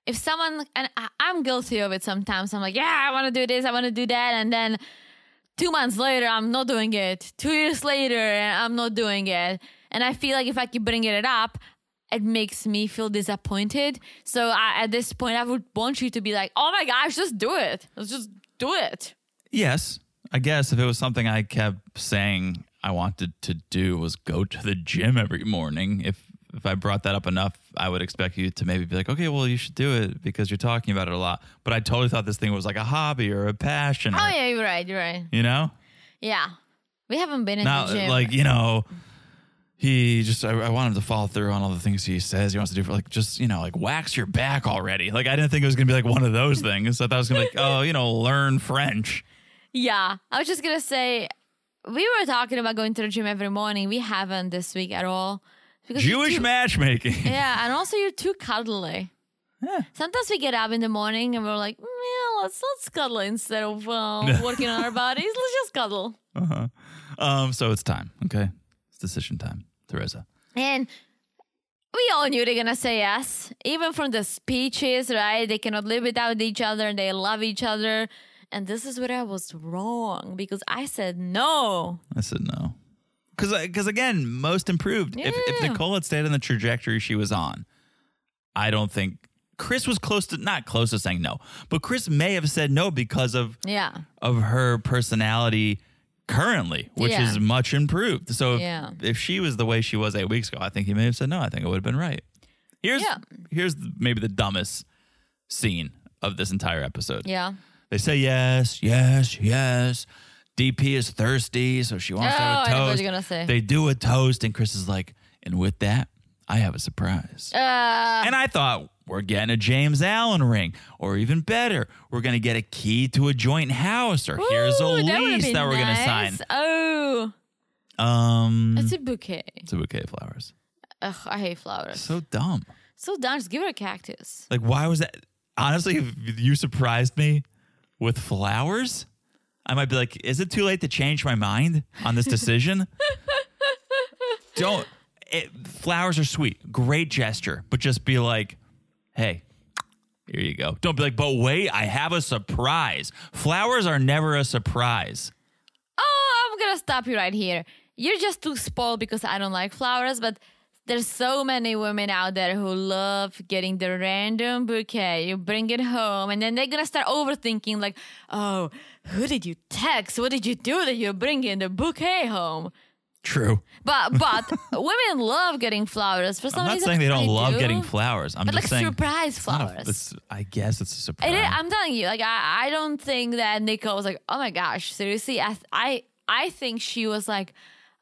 if someone and I, I'm guilty of it sometimes. I'm like, yeah, I want to do this, I want to do that, and then two months later, I'm not doing it. Two years later, I'm not doing it. And I feel like if I keep bringing it up, it makes me feel disappointed. So I, at this point, I would want you to be like, oh my gosh, just do it. Let's just do it. Yes, I guess if it was something I kept saying I wanted to do was go to the gym every morning. If if I brought that up enough, I would expect you to maybe be like, okay, well, you should do it because you're talking about it a lot. But I totally thought this thing was like a hobby or a passion. Oh or- yeah, you're right. You're right. You know, Yeah, we haven't been in Now, the gym. uh, like you know, he just I, I want him to follow through on all the things he says he wants to do for like just you know like wax your back already. Like I didn't think it was gonna be like one of those things. I thought it was gonna be like oh you know learn French. yeah, I was just gonna say we were talking about going to the gym every morning. We haven't this week at all. Because you're Jewish too- matchmaking. Yeah, and also you're too cuddly. Yeah. Sometimes we get up in the morning and we're like, "Mm, yeah, let's let's cuddle instead of uh, working on our bodies. Let's just cuddle. Um, so it's time. Okay, it's decision time, Teresa. And we all knew they're gonna say yes, even from the speeches, right? They cannot live without each other, and they love each other. And this is where I was wrong because I said no. I said no. Because because again, most improved. If, if Yeah. Nicole had stayed on the trajectory she was on, I don't think Chris was close to not close to saying no, but Chris may have said no because of Yeah, of her personality currently, which Yeah. is much improved. So if, Yeah. if she was the way she was eight weeks ago, I think he may have said no. I think it would have been right. Here's Yeah. here's maybe the dumbest scene of this entire episode. yeah. They say yes, yes, yes. DP is thirsty, so she wants to have a Oh, I know toast. what you're gonna say. They do a toast, and Chris is like, and with that, I have a surprise. Uh, And I thought, we're getting a James Allen ring, or even better, we're going to get a key to a joint house, or here's a ooh, lease that, would've been we're going to nice. sign. Oh, Um, it's a bouquet. it's a bouquet of flowers. Ugh, I hate flowers. So dumb. So dumb. Just give her a cactus. Like, why was that? Honestly, if you surprised me with flowers, I might be like, is it too late to change my mind on this decision? Don't. It, flowers are sweet, great gesture, but just be like, hey, Here you go. Don't be like, but wait, I have a surprise. Flowers are never a surprise. Oh, I'm gonna stop you right here. You're just too spoiled because I don't like flowers, but there's so many women out there who love getting the random bouquet. You bring it home, and then they're gonna start overthinking, like, oh, who did you text? What did you do that you're bringing the bouquet home? True. But but women love getting flowers for some I'm not reason. saying they don't I love do, getting flowers. I'm but just like saying. surprise it's not a- flowers. it's- I guess it's a surprise. It is, I'm telling you, like I, I don't think that Nicole was like, oh my gosh, seriously. I, th- I, I think she was like,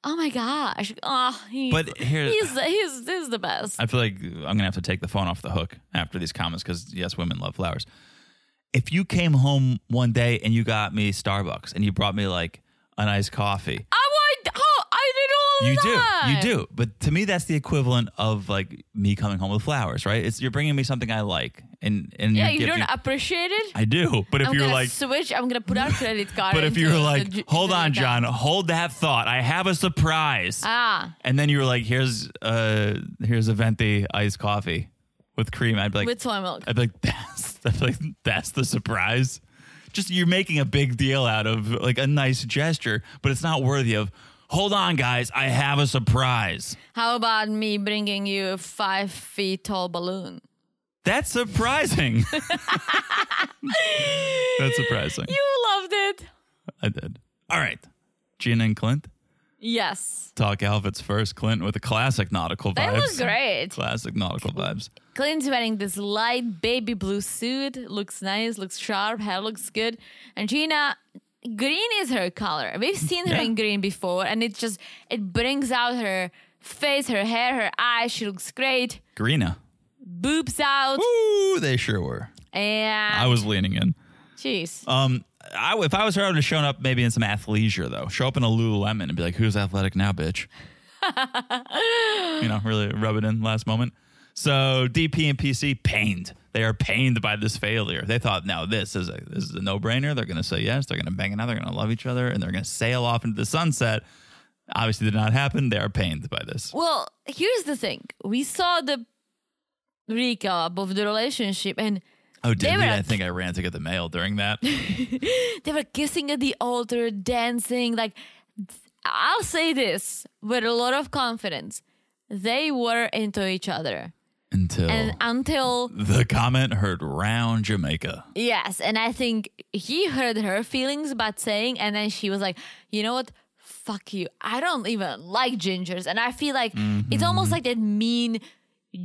oh my gosh, oh, he's, But here- he's, the- he's, he's the best. I feel like I'm gonna have to take the phone off the hook after these comments because yes, women love flowers. If you came home one day and you got me Starbucks and you brought me like a nice coffee, I want, oh, I did all you the do, you time. do. But to me, that's the equivalent of like me coming home with flowers, right? It's you're bringing me something I like, and and Yeah, you you give don't me- appreciate it. I do, but if I'm you're gonna like, switch. I'm gonna put our credit card. but if into you're the like, ju- hold into on, the- John, hold that thought. I have a surprise. Ah, and then you were like, here's uh here's a venti iced coffee with cream. I'd be like, with soy milk. I'd be like, that's, I'd be like, that's the surprise. Just you're making a big deal out of like a nice gesture, but it's not worthy of. Hold on, guys, I have a surprise. How about me bringing you a five feet tall balloon? That's surprising. that's surprising. You loved it. I did. All right, Gina and Clint Yes, talk outfits first. Clint with the classic nautical they vibes. look great. Classic nautical vibes. Clint's wearing this light baby blue suit. Looks nice, looks sharp, hair looks good. And Gina, green is her color. We've seen her Yeah. in green before, and it just it brings out her face, her hair, her eyes. She looks great. Greena. Boobs out. Ooh, they sure were. I And was leaning in. jeez. Um, I, if I was her, I would have shown up maybe in some athleisure though. Show up in a Lululemon and be like, "Who's athletic now, bitch?" you know, really rub it in last moment. So DP and PC pained. They are pained by this failure. They thought, "Now this is a this is a no brainer. They're going to say yes. They're going to bang it out. They're going to love each other, and they're going to sail off into the sunset." Obviously, did not happen. They are pained by this. Well, here's the thing. We saw the recap of the relationship and Oh, did They we? were- I think I ran to get the mail during that. they were kissing at the altar, dancing. Like, I'll say this with a lot of confidence. They were into each other. Until And until, the comment heard round Jamaica. yes. And I think he heard her feelings about saying, and then she was like, you know what? Fuck you. I don't even like gingers. And I feel like it's almost Mm-hmm. like that mean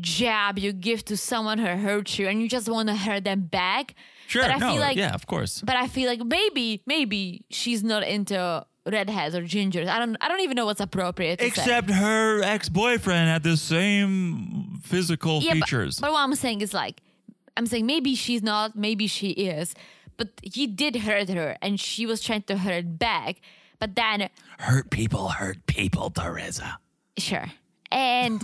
jab you give to someone who hurt you and you just want to hurt them back. Sure, But I no, feel like yeah, of course. but I feel like maybe maybe she's not into redheads or gingers. I don't I don't even know what's appropriate. To say. Except her ex boyfriend had the same physical Yeah, but- features. But, what I'm saying is like I'm saying maybe she's not, maybe she is, but he did hurt her and she was trying to hurt back. But then hurt people hurt people, Teresa. sure. And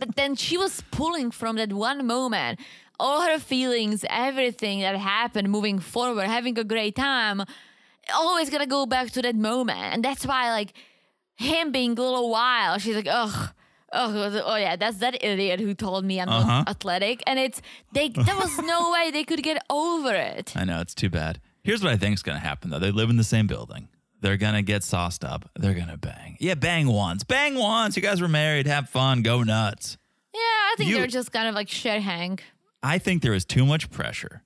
but then she was pulling from that one moment all her feelings, everything that happened moving forward, having a great time, always gonna go back to that moment. And that's why like him being a little wild, she's like, ugh. Oh, oh yeah, that's that idiot who told me I'm Uh-huh. not athletic, and it's they. There was no way they could get over it. I know, it's too bad. Here's what I think's going to happen, though. They live in the same building. They're going to get sauced up. They're going to bang. Yeah, bang once. Bang once. You guys were married. Have fun. Go nuts. Yeah, I think You- they're just kind of like shit hang. I think there is too much pressure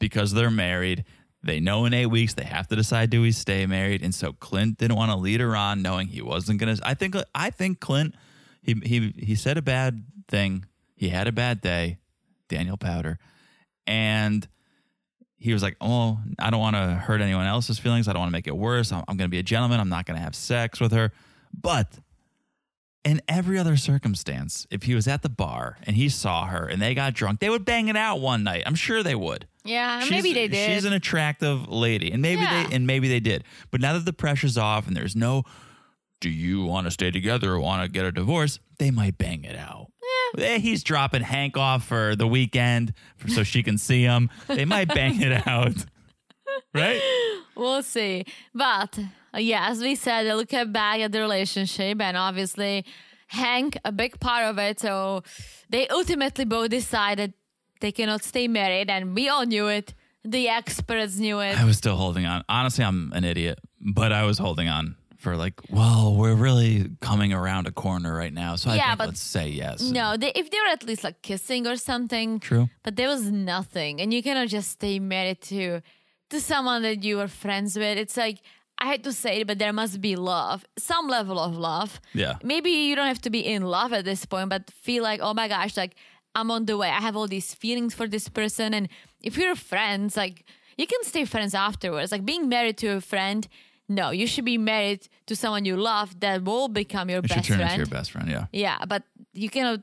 because they're married. They know in eight weeks they have to decide do we stay married, and so Clint didn't want to lead her on, knowing he wasn't gonna. I think I think Clint he he he said a bad thing. He had a bad day, Daniel Powder, and he was like, "Oh, I don't want to hurt anyone else's feelings. I don't want to make it worse. I'm, I'm gonna be a gentleman. I'm not gonna have sex with her." But in every other circumstance, if he was at the bar and he saw her and they got drunk, they would bang it out one night. I'm sure they would. Yeah, She's- maybe they did. She's an attractive lady, and maybe Yeah. they and maybe they did. But now that the pressure's off and there's no, do you want to stay together or want to get a divorce? They might bang it out. Eh, He's dropping Hank off for the weekend for, so she can see him. They might bang it out, right? We'll see. But uh, yeah, as we said, they look at back at the relationship and obviously Hank, a big part of it. So they ultimately both decided They cannot stay married, and we all knew it. The experts knew it. I was still holding on. Honestly, I'm an idiot, but I was holding on for like, well, we're really coming around a corner right now, so I Yeah, think but- let's say yes. No, they, if they were at least like kissing or something. True. But there was nothing, and you cannot just stay married to to someone that you were friends with. It's like I had to say it, but there must be love, some level of love. Yeah. Maybe you don't have to be in love at this point, but feel like, oh my gosh, like I'm on the way. I have all these feelings for this person, and if you're friends, like you can stay friends afterwards. Like being married to a friend. No, you should be married to someone you love that will become your You should best turn friend. into your best friend. Yeah. Yeah, but you cannot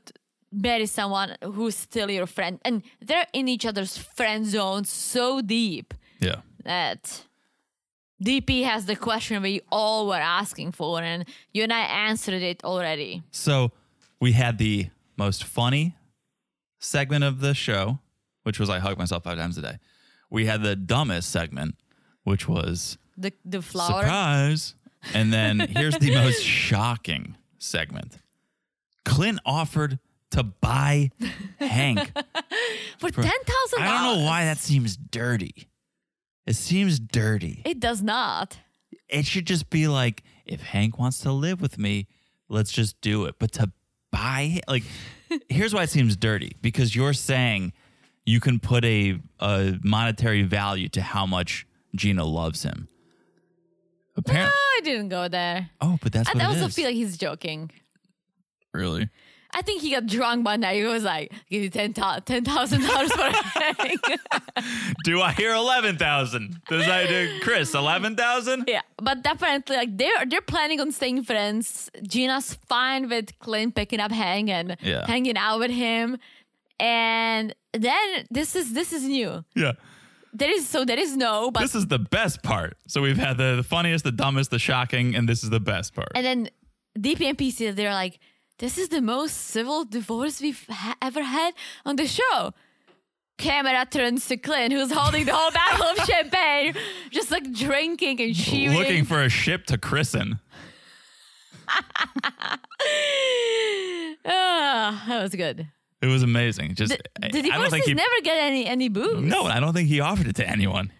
marry someone who's still your friend. And they're in each other's friend zones so deep Yeah. that DP has the question we all were asking for, and you and I answered it already. So we had the most funny segment of the show, which was I hug myself five times a day. We had the dumbest segment, which was The the flower. surprise. And then here's the most shocking segment. Clint offered to buy Hank. For ten thousand I dollars. don't know why that seems dirty. It seems dirty. it does not. It should just be like, if Hank wants to live with me, let's just do it. But to buy, like, here's why it seems dirty because you're saying you can put a, a monetary value to how much Gina loves him. No, Apparently, I didn't go there. oh, but that's I what it also is. feel like he's joking. really. I think he got drunk one night. He was like, "Give you ten thousand dollars for Hank." Do I hear eleven thousand? Does I do Chris eleven thousand? Yeah, but apparently, like they're they're planning on staying friends. Gina's fine with Clint picking up Hank and Yeah. hanging out with him, and then this is this is new. Yeah. There is so there is no, but This is the best part. So we've had the, the funniest, the dumbest, the shocking, and this is the best part. and then DP and PC they're like, this is the most civil divorce we've ha- ever had on the show. Camera turns to Clint, who's holding the whole bottle of champagne, just like drinking and cheering. Looking for a ship to christen. Ah, that was good. It was amazing. Just I- The, the I don't divorces think he. never get any any booze. no, I don't think he offered it to anyone.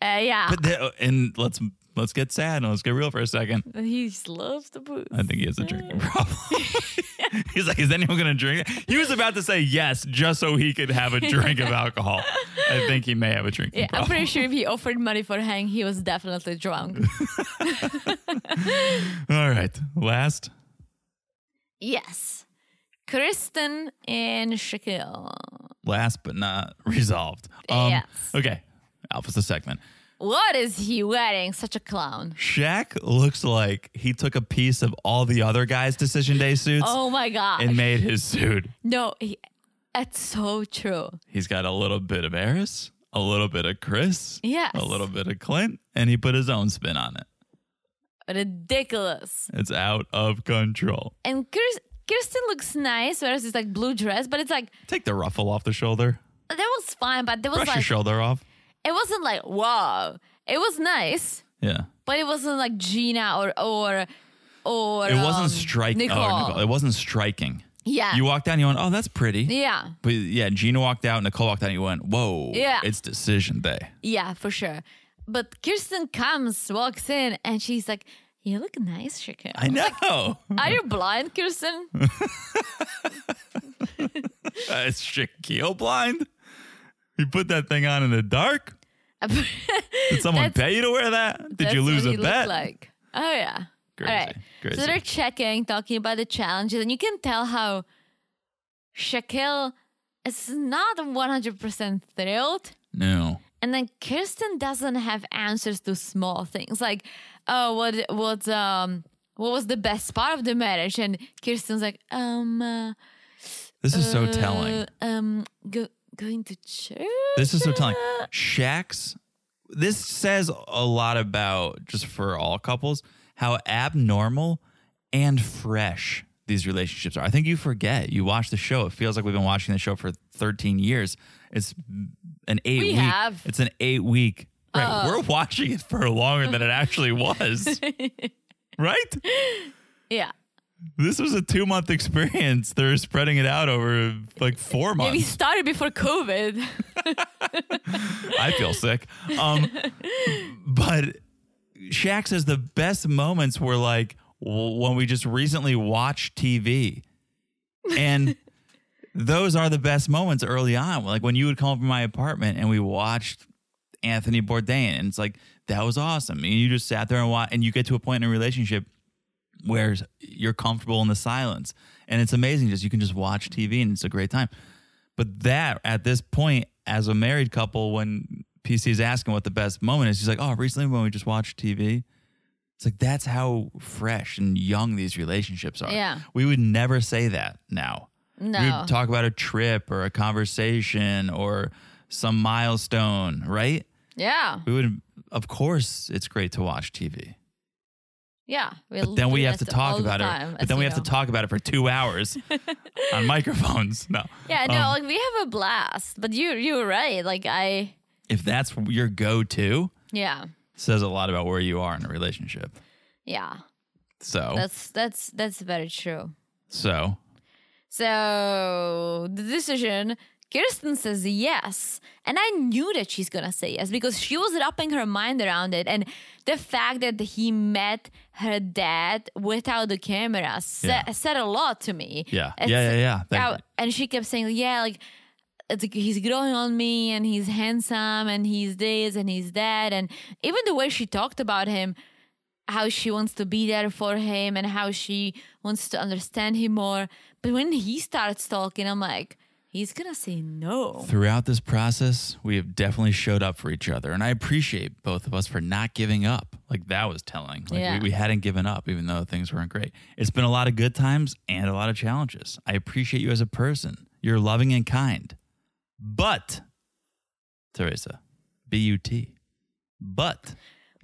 Uh, yeah, But the, and let's let's get sad and let's get real for a second. he just loves the booze. I think he has a drinking problem. He's like, is anyone going to drink? it?" He was about to say yes, just so he could have a drink of alcohol. I think he may have a drinking yeah, I'm problem. pretty sure if he offered money for Hank, he was definitely drunk. All right, last yes, Kristen and Shaquille. last but not resolved. Um, Yes. Okay. Alpha's the segment. What is he wearing? Such a clown. Shaq looks like he took a piece of all the other guys' decision day suits Oh my god. and made his suit. no, he, that's so true. He's got a little bit of Eris, a little bit of Chris, Yes. a little bit of Clint, and he put his own spin on it. Ridiculous. It's out of control. And Kris- Kirsten looks nice, wears this like blue dress, but it's like Take the ruffle off the shoulder. that was fine, but there was Brush your like shoulder off. it wasn't like wow. It was nice. Yeah. But it wasn't like Gina or or or It um, wasn't striking. Nicole. Oh, Nicole. It wasn't striking. Yeah. You walked down, you went, oh, that's pretty. yeah. But yeah, Gina walked out, Nicole walked out, and you went, whoa, Yeah. it's decision day. Yeah, for sure. But Kirsten comes, walks in, and she's like, You look nice, Shaquille. I know. Are you blind, Kirsten? Uh, is Shaquille blind? You put that thing on in the dark? Did someone That's- pay you to wear that? Did That's you lose what a he looked bet? Like. Oh yeah. Crazy, All right. crazy. So they're checking, talking about the challenges, and you can tell how Shaquille is not 100% thrilled. No. And then Kirsten doesn't have answers to small things like, oh, what what um what was the best part of the marriage? And Kirsten's like, um, uh, This is so telling. um, go, going to church. This is so telling. Shaq's, this says a lot about, just for all couples, how abnormal and fresh these relationships are. I think you forget. You watch the show. It feels like we've been watching the show for 13 years. It's an eight We week. have. Oh. It's an eight week. Right. We're watching it for longer than it actually was. right? yeah. This was a two month experience. They're spreading it out over like four Maybe months. started before COVID. I feel sick. Um, but Shaq says the best moments were like w- when we just recently watched TV. And those are the best moments early on. Like when you would come over to my apartment and we watched Anthony Bourdain, and it's like, that was awesome. And you just sat there and watched, and you get to a point in a relationship where you're comfortable in the silence. And it's amazing. Just you can just watch TV and it's a great time. But that at this point, as a married couple, when PC is asking what the best moment is, he's like, "Oh, recently when we just watched TV." It's like that's how fresh and young these relationships are. Yeah. we would never say that now. we No. would talk about a trip or a conversation or some milestone, right? yeah. We would, of course, it's great to watch TV. Yeah. we But then we have to talk about time, it. But then we have to talk about it for two hours on microphones. No. Yeah, no, Um, like we have a blast. But you you're right. Like I if that's your go-to, yeah. says a lot about where you are in a relationship. Yeah. So, That's that's that's very true. so So the decision, Kirsten says yes. And I knew that she's gonna say yes because she was wrapping her mind around it. And the fact that he met her dad without the camera sa- Yeah. said a lot to me. Yeah. It's- Yeah, yeah, yeah. Thank you. And she kept saying, yeah, like, it's, he's growing on me and he's handsome and he's this and he's that. And even the way she talked about him, how she wants to be there for him and how she wants to understand him more. But when he starts talking, I'm like, he's gonna say no. throughout this process, we have definitely showed up for each other, and I appreciate both of us for not giving up. Like that was telling. Like Yeah. we, we hadn't given up, even though things weren't great. It's been a lot of good times and a lot of challenges. I appreciate you as a person. You're loving and kind, but Teresa, B U T, but.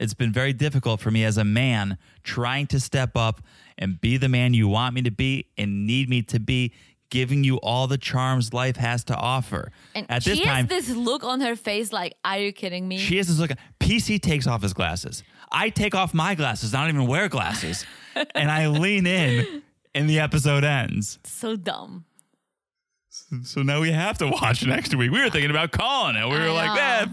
It's been very difficult for me as a man trying to step up and be the man you want me to be and need me to be, giving you all the charms life has to offer. And At she this has time, this look on her face like, are you kidding me? she has this look. PC takes off his glasses. I take off my glasses. I don't even wear glasses. and I lean in, and the episode ends. so dumb. So now we have to watch next week. We were thinking about calling it. We were I like, eh,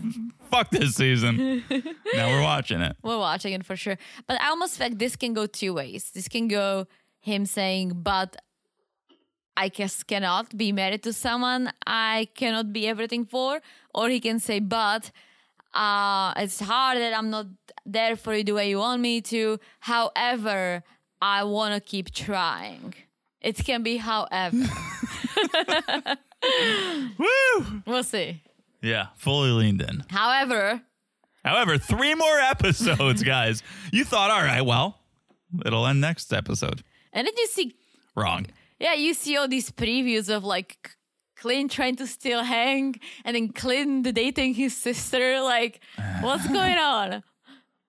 fuck this season. now we're watching it. We're watching it for sure. But I almost feel like this can go two ways. This can go him saying, but I guess cannot be married to someone I cannot be everything for. Or he can say, but uh, it's hard that I'm not there for you the way you want me to. However, I want to keep trying. It can be however. Woo! we'll see. Yeah, fully leaned in. However, However, three more episodes, guys. You thought, all right, well, it'll end next episode. and then you see Wrong. Yeah, you see all these previews of like C- Clint trying to steal Hank and then Clint dating his sister. Like, what's going on?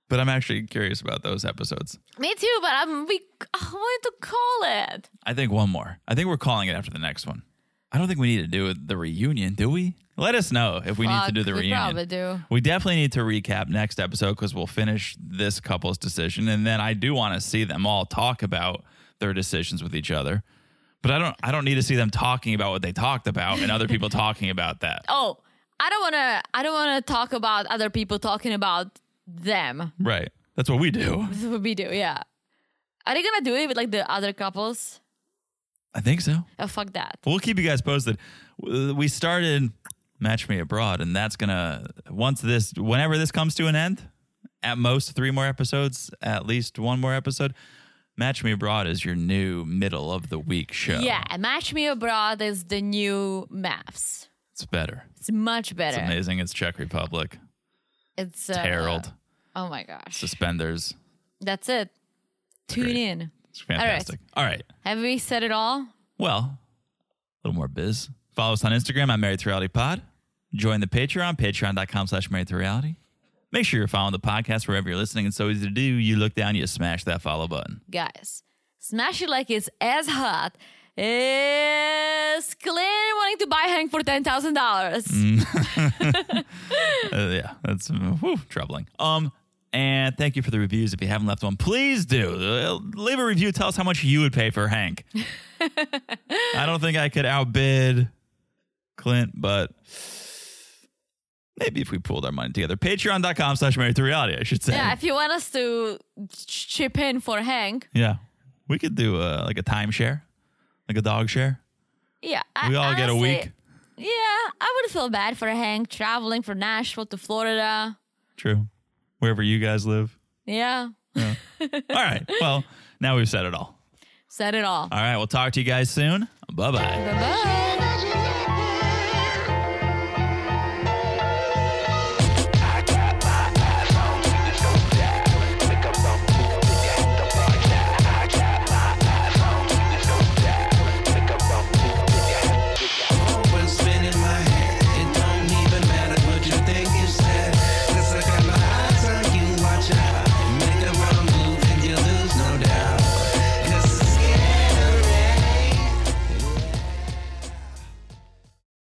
But I'm actually curious about those episodes. Me too, but I'm we I wanted to call it. I think one more. I think we're calling it after the next one. I don't think we need to do the reunion, do we? Let us know if we need to Fuck, do the we reunion. probably do. We definitely need to recap next episode because we'll finish this couple's decision, and then I do want to see them all talk about their decisions with each other. But I don't. I don't need to see them talking about what they talked about and other people talking about that. Oh, I don't wanna I don't wanna talk about other people talking about them. Right. That's what we do. This is what we do, yeah. Are they gonna do it with like the other couples? I think so. Oh fuck that. We'll keep you guys posted. Uh, We started Match Me Abroad, and that's gonna once this whenever this comes to an end, at most three more episodes, at least one more episode. Match Me Abroad is your new middle of the week show. Yeah, Match Me Abroad is the new maps. It's better. It's much better. It's amazing. It's Czech Republic. It's uh, Harold. Oh my gosh. Suspenders. That's it. Tune Great. in. It's fantastic. All right. Have we said it all? Well, a little more biz. Follow us on Instagram at Married to Reality Pod. Join the Patreon, patreon.com slash married to reality. Make sure you're following the podcast wherever you're listening. It's so easy to do. You look down, you smash that follow button. Guys, smash it like it's as hot as Clint wanting to buy Hank for $10,000. Mm. Uh, yeah, that's uh, whew, troubling. Um, And thank you for the reviews. If you haven't left one, please do. Uh, Leave a review. Tell us how much you would pay for Hank. I don't think I could outbid Clint, but maybe if we pulled our money together. Patreon.com slash married to reality, I should say. Yeah, if you want us to ch- chip in for Hank, Yeah. We could do uh, like a timeshare, like a dog share. yeah, I, We all get a honestly- week. Yeah, I would feel bad for Hank traveling from Nashville to Florida. True. Wherever you guys live. Yeah, All right. Well, now we've said it all. said it all. Uh, All right. We'll talk to you guys soon. Bye bye. Bye bye. Imagine